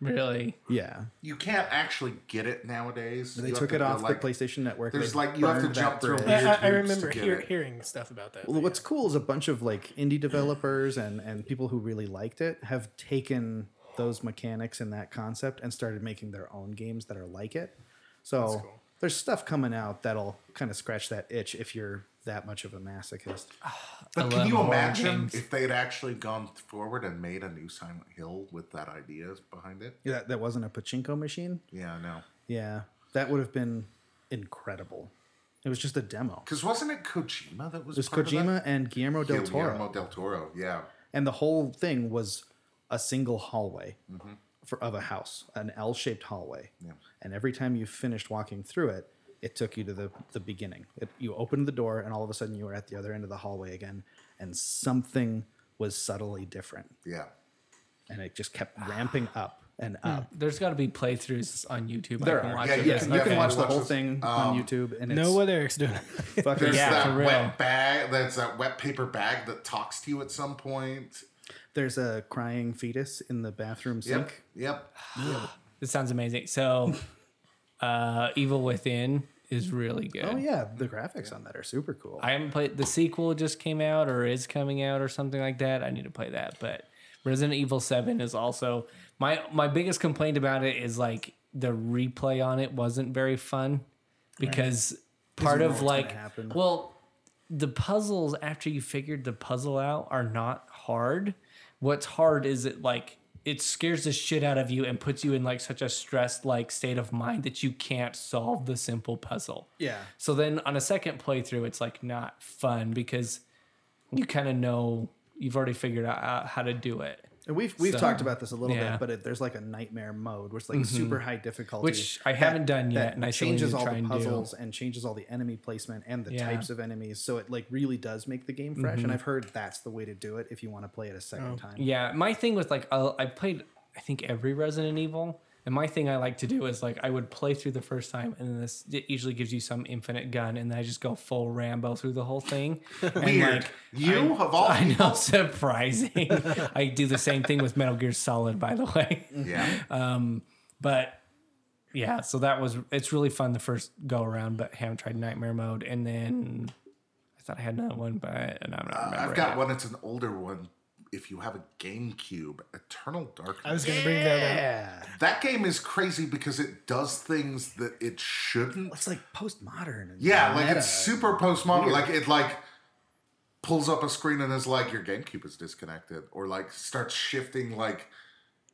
[SPEAKER 5] really.
[SPEAKER 1] Yeah,
[SPEAKER 4] You can't actually get it nowadays.
[SPEAKER 1] they took it off the PlayStation Network.
[SPEAKER 4] there's
[SPEAKER 1] they
[SPEAKER 4] like- you have to
[SPEAKER 1] burned that
[SPEAKER 4] jump through
[SPEAKER 1] bridge.
[SPEAKER 4] a
[SPEAKER 2] I, I- I
[SPEAKER 4] Weird hoops
[SPEAKER 2] remember
[SPEAKER 4] to get
[SPEAKER 2] hear,
[SPEAKER 4] it.
[SPEAKER 2] hearing stuff about that.
[SPEAKER 1] Well,
[SPEAKER 2] but
[SPEAKER 1] what's cool is a bunch of like indie developers and and people who really liked it have taken those mechanics and that concept and started making their own games that are like it. So there's stuff coming out that'll kind of scratch that itch if you're that much of a masochist.
[SPEAKER 5] I
[SPEAKER 4] But can
[SPEAKER 5] love
[SPEAKER 4] you
[SPEAKER 5] horror
[SPEAKER 4] imagine
[SPEAKER 5] games.
[SPEAKER 4] if they had actually gone forward and made a new Silent Hill with that idea behind it?
[SPEAKER 1] Yeah, that, that wasn't a pachinko machine.
[SPEAKER 4] Yeah, I know.
[SPEAKER 1] Yeah, that would have been incredible. It was just a demo. It
[SPEAKER 4] Because wasn't it Kojima that was?
[SPEAKER 1] was
[SPEAKER 4] part of that?
[SPEAKER 1] Kojima and Guillermo del Toro,
[SPEAKER 4] Guillermo del Toro. Yeah,
[SPEAKER 1] and the whole thing was a single hallway for, of a house, an L-shaped hallway.
[SPEAKER 4] Mm-hmm. Yeah.
[SPEAKER 1] And every time you finished walking through it, it took you to the the beginning. It, you opened the door, and all of a sudden you were at the other end of the hallway again, and something was subtly different,
[SPEAKER 4] yeah.
[SPEAKER 1] and it just kept ramping up and
[SPEAKER 2] Hmm.
[SPEAKER 1] up.
[SPEAKER 5] There's got to be playthroughs on YouTube.
[SPEAKER 1] There
[SPEAKER 5] I can
[SPEAKER 1] are.
[SPEAKER 5] watch
[SPEAKER 4] Yeah,
[SPEAKER 5] of
[SPEAKER 4] you
[SPEAKER 5] this.
[SPEAKER 4] can
[SPEAKER 1] You
[SPEAKER 5] Okay.
[SPEAKER 1] can watch the
[SPEAKER 4] watch
[SPEAKER 1] whole
[SPEAKER 4] this.
[SPEAKER 1] thing on YouTube, and it's
[SPEAKER 2] know what Eric's doing.
[SPEAKER 1] fucking
[SPEAKER 4] There's
[SPEAKER 5] Yeah,
[SPEAKER 4] that
[SPEAKER 5] for real.
[SPEAKER 4] wet bag. That's that wet paper bag that talks to you at some point.
[SPEAKER 1] There's a crying fetus in the bathroom
[SPEAKER 4] Yep.
[SPEAKER 1] sink.
[SPEAKER 4] Yep.
[SPEAKER 5] This sounds amazing. So, uh, Evil Within is really good.
[SPEAKER 1] Oh yeah, the graphics on that are super cool.
[SPEAKER 5] I haven't played the sequel just came out or is coming out or something like that. I need to play that. But Resident Evil 7 is also my my biggest complaint about it is like the replay on it wasn't very fun because part of
[SPEAKER 1] what's
[SPEAKER 5] like
[SPEAKER 1] gonna happen.
[SPEAKER 5] well the puzzles after you figured the puzzle out are not hard. What's hard is it like it scares the shit out of you and puts you in like such a stressed like state of mind that you can't solve the simple puzzle.
[SPEAKER 1] yeah,
[SPEAKER 5] So then on a second playthrough, it's like not fun because you kind of know you've already figured out- out how to do it,
[SPEAKER 1] and we've we've
[SPEAKER 5] So-
[SPEAKER 1] talked about this a little
[SPEAKER 5] yeah. Mm-hmm.
[SPEAKER 1] bit, but it, there's like a nightmare mode, which is like super high difficulty,
[SPEAKER 5] which I
[SPEAKER 1] that-
[SPEAKER 5] haven't done yet,
[SPEAKER 1] that
[SPEAKER 5] and I still need
[SPEAKER 1] changes
[SPEAKER 5] to
[SPEAKER 1] all
[SPEAKER 5] try
[SPEAKER 1] the
[SPEAKER 5] and do.
[SPEAKER 1] puzzles and changes all the enemy placement and the
[SPEAKER 5] Yeah. Mm-hmm.
[SPEAKER 1] types of enemies. So it like really does make the game fresh. And I've heard that's the way to do it if you want to play it a second time.
[SPEAKER 5] Oh, Yeah, my thing with like I'll, I played, I think every Resident Evil, and my thing I like to do is like I would play through the first time, and then this it usually gives you some infinite gun, and then I just go full Rambo through the whole thing. And
[SPEAKER 4] Weird.
[SPEAKER 5] like
[SPEAKER 4] you have all.
[SPEAKER 5] I know, surprising. I do the same thing with Metal Gear Solid, by the way.
[SPEAKER 1] Mm.
[SPEAKER 4] yeah.
[SPEAKER 5] but yeah, so that was it's really fun the first go around, but haven't tried Nightmare Mode, and then I thought I had another one, but and I'm not remembering.
[SPEAKER 4] I've got
[SPEAKER 5] it.
[SPEAKER 4] one. It's an older one. If you have a GameCube, Eternal Darkness.
[SPEAKER 2] I was going to bring that up.
[SPEAKER 1] Yeah.
[SPEAKER 4] That game is crazy because it does things that it shouldn't.
[SPEAKER 1] It's like postmodern. and
[SPEAKER 4] Yeah, like
[SPEAKER 1] meta.
[SPEAKER 4] it's super postmodern. Like it like pulls up a screen and is like your GameCube is disconnected, or like starts shifting. Like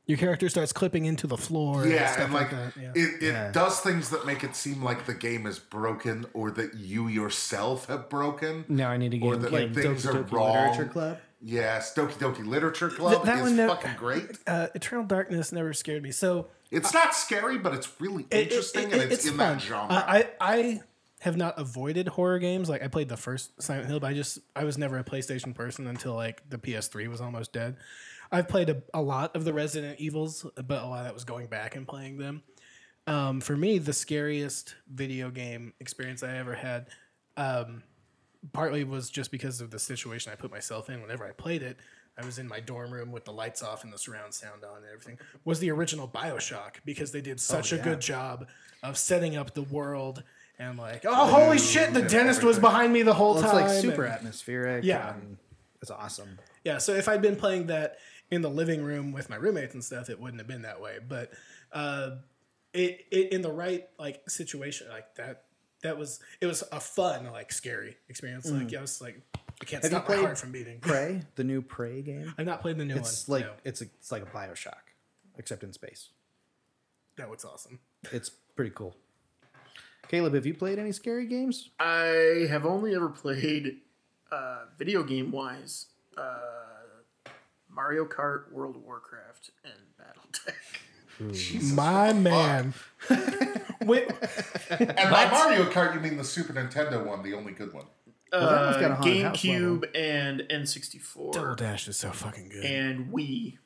[SPEAKER 2] Your character starts clipping into the floor. and,
[SPEAKER 4] yeah,
[SPEAKER 2] stuff
[SPEAKER 4] and like,
[SPEAKER 2] that. Yeah.
[SPEAKER 4] it, it
[SPEAKER 1] Yeah.
[SPEAKER 4] does things that make it seem like the game is broken or that you yourself have broken.
[SPEAKER 5] Now I need to
[SPEAKER 4] Or
[SPEAKER 5] get
[SPEAKER 4] that
[SPEAKER 5] like,
[SPEAKER 4] like things
[SPEAKER 1] Doki
[SPEAKER 4] are
[SPEAKER 1] Doki
[SPEAKER 4] wrong.
[SPEAKER 1] Literature Club.
[SPEAKER 4] Yes, Doki Doki Literature Club
[SPEAKER 2] that
[SPEAKER 4] is
[SPEAKER 2] one never-
[SPEAKER 4] fucking great.
[SPEAKER 2] uh, Eternal Darkness never scared me. So
[SPEAKER 4] It's not scary, but it's really
[SPEAKER 2] it- it-
[SPEAKER 4] interesting,
[SPEAKER 2] it-
[SPEAKER 4] and it's, in
[SPEAKER 2] fun.
[SPEAKER 4] that genre.
[SPEAKER 2] Uh, I I have not avoided horror games. Like I played the first Silent Hill, but I just I was never a PlayStation person until like the PS3 was almost dead. I've played a, a lot of the Resident Evils, but a lot of that was going back and playing them. Um, for me, the scariest video game experience I ever had, um, partly was just because of the situation I put myself in whenever I played it. I was in my dorm room with the lights off and the surround sound on and everything. Was the original Bioshock because they did such
[SPEAKER 1] Oh,
[SPEAKER 2] a good job of setting up the world and like, oh holy shit, the dentist was behind me the whole
[SPEAKER 1] Well, it's
[SPEAKER 2] time.
[SPEAKER 1] like super
[SPEAKER 2] and-
[SPEAKER 1] atmospheric.
[SPEAKER 2] Yeah.
[SPEAKER 1] and it's awesome.
[SPEAKER 2] yeah, so if I'd been playing that in the living room with my roommates and stuff, it wouldn't have been that way. But uh, it, it in the right like situation like that that was it was a fun like scary experience. Like I was like I can't
[SPEAKER 1] Mm. Have you
[SPEAKER 2] stop my heart
[SPEAKER 1] played
[SPEAKER 2] from beating.
[SPEAKER 1] Prey, the new Prey game.
[SPEAKER 2] I've not played the new
[SPEAKER 1] It's
[SPEAKER 2] one.
[SPEAKER 1] like
[SPEAKER 2] no.
[SPEAKER 1] it's a, it's like a Bioshock, except in space.
[SPEAKER 2] that looks awesome.
[SPEAKER 1] It's pretty cool. Caleb, have you played any scary games?
[SPEAKER 3] I have only ever played, uh, video game wise, uh, Mario Kart, World of Warcraft, and BattleTech.
[SPEAKER 2] My man. Wait,
[SPEAKER 4] and by Mario Kart, you mean the Super Nintendo one, the only good one.
[SPEAKER 1] that one's got a
[SPEAKER 3] Uh,
[SPEAKER 1] haunted house level.
[SPEAKER 3] GameCube and N64
[SPEAKER 2] Double Dash is so fucking good.
[SPEAKER 3] and Wii,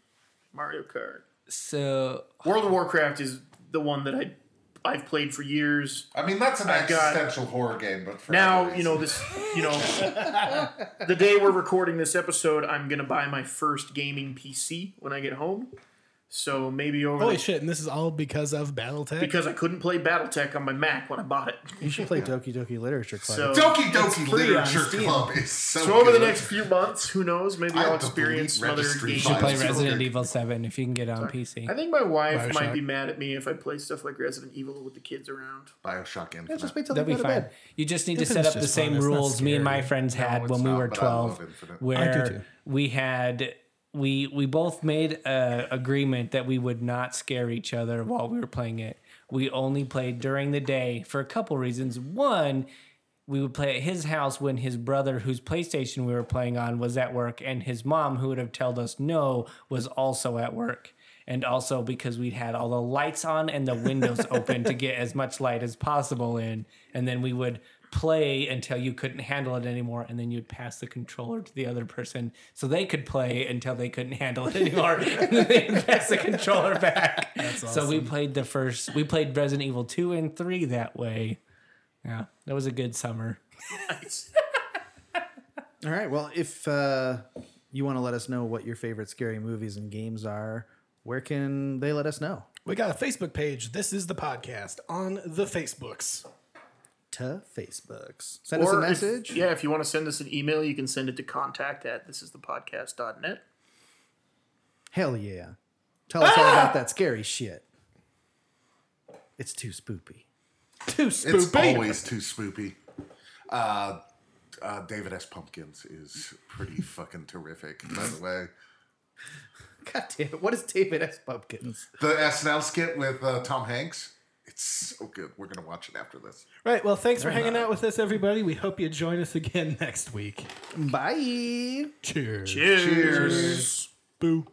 [SPEAKER 3] Mario Kart.
[SPEAKER 5] so
[SPEAKER 3] World of Warcraft is the one that I I've played for years.
[SPEAKER 4] I mean, that's an
[SPEAKER 3] I've got-
[SPEAKER 4] existential horror game, but for
[SPEAKER 3] Now
[SPEAKER 4] other
[SPEAKER 3] you know
[SPEAKER 4] reasons.
[SPEAKER 3] this. You know, the day we're recording this episode, I'm gonna buy my first gaming PC when I get home. So maybe over
[SPEAKER 2] Holy
[SPEAKER 3] the,
[SPEAKER 2] shit, and this is all because of BattleTech.
[SPEAKER 3] because I couldn't play BattleTech on my Mac when I bought it.
[SPEAKER 1] You should play Doki Doki Literature Club.
[SPEAKER 3] So
[SPEAKER 4] Doki Doki
[SPEAKER 3] free on
[SPEAKER 4] Literature
[SPEAKER 3] Steam.
[SPEAKER 4] Club is so.
[SPEAKER 3] So over the
[SPEAKER 4] good.
[SPEAKER 3] next few months, who knows? Maybe
[SPEAKER 4] I
[SPEAKER 3] I'll
[SPEAKER 4] have to
[SPEAKER 3] experience some
[SPEAKER 4] delete
[SPEAKER 3] other
[SPEAKER 4] registry
[SPEAKER 3] games.
[SPEAKER 4] files.
[SPEAKER 5] play
[SPEAKER 4] It's
[SPEAKER 5] Resident
[SPEAKER 4] okay.
[SPEAKER 5] Evil 7 if you can get it on PC.
[SPEAKER 3] I think my wife
[SPEAKER 2] Bioshock.
[SPEAKER 3] might be mad at me if I play stuff like Resident Evil with the kids around.
[SPEAKER 4] Bioshock Infinite.
[SPEAKER 1] Yeah, just wait till they
[SPEAKER 5] That'd
[SPEAKER 1] go
[SPEAKER 5] be
[SPEAKER 1] to
[SPEAKER 5] fine.
[SPEAKER 1] bed.
[SPEAKER 5] You just need to
[SPEAKER 2] If
[SPEAKER 5] set
[SPEAKER 2] it's
[SPEAKER 5] up the
[SPEAKER 2] just fun,
[SPEAKER 5] same
[SPEAKER 2] it's not
[SPEAKER 5] rules me and my
[SPEAKER 2] scary.
[SPEAKER 5] friends had
[SPEAKER 4] it's
[SPEAKER 5] when we
[SPEAKER 4] not,
[SPEAKER 5] were
[SPEAKER 4] but I love
[SPEAKER 5] 12,
[SPEAKER 4] Infinite.
[SPEAKER 2] I do too.
[SPEAKER 5] where we had we we both made a agreement that we would not scare each other while we were playing it. We only played during the day for a couple reasons. One, we would play at his house when his brother, whose PlayStation we were playing on, was at work, and his mom, who would have told us no, was also at work. And also because we'd had all the lights on and the windows open to get as much light as possible in. And then we would play until you couldn't handle it anymore. And then you'd pass the controller to the other person so they could play until they couldn't handle it anymore. and then they'd pass the controller back. So we played the first, we played Resident Evil 2 and 3 that way. Yeah, that was a good summer.
[SPEAKER 1] All right. Well, if uh, you want to let us know what your favorite scary movies and games are, where can they let us know?
[SPEAKER 2] We got a Facebook page. This is the podcast on the Facebooks.
[SPEAKER 1] to Facebooks. Send us a message.
[SPEAKER 3] If, yeah, if you want to send us an email, you can send it to contact at this is the podcast.net.
[SPEAKER 1] Hell yeah. Tell us all about that scary shit. It's too spoopy.
[SPEAKER 2] Too
[SPEAKER 4] It's
[SPEAKER 2] spoopy.
[SPEAKER 4] always too spoopy. Uh, uh, David S. Pumpkins is pretty fucking terrific, by the way.
[SPEAKER 1] God damn it. What is David S. Pumpkins?
[SPEAKER 4] The SNL skit with uh, Tom Hanks. It's so good. We're gonna watch it after this.
[SPEAKER 2] Right. Well, thanks for hanging out with us, everybody. We hope you join us again next week.
[SPEAKER 1] Bye.
[SPEAKER 2] Cheers.
[SPEAKER 3] Cheers.
[SPEAKER 4] Cheers.
[SPEAKER 2] Boo.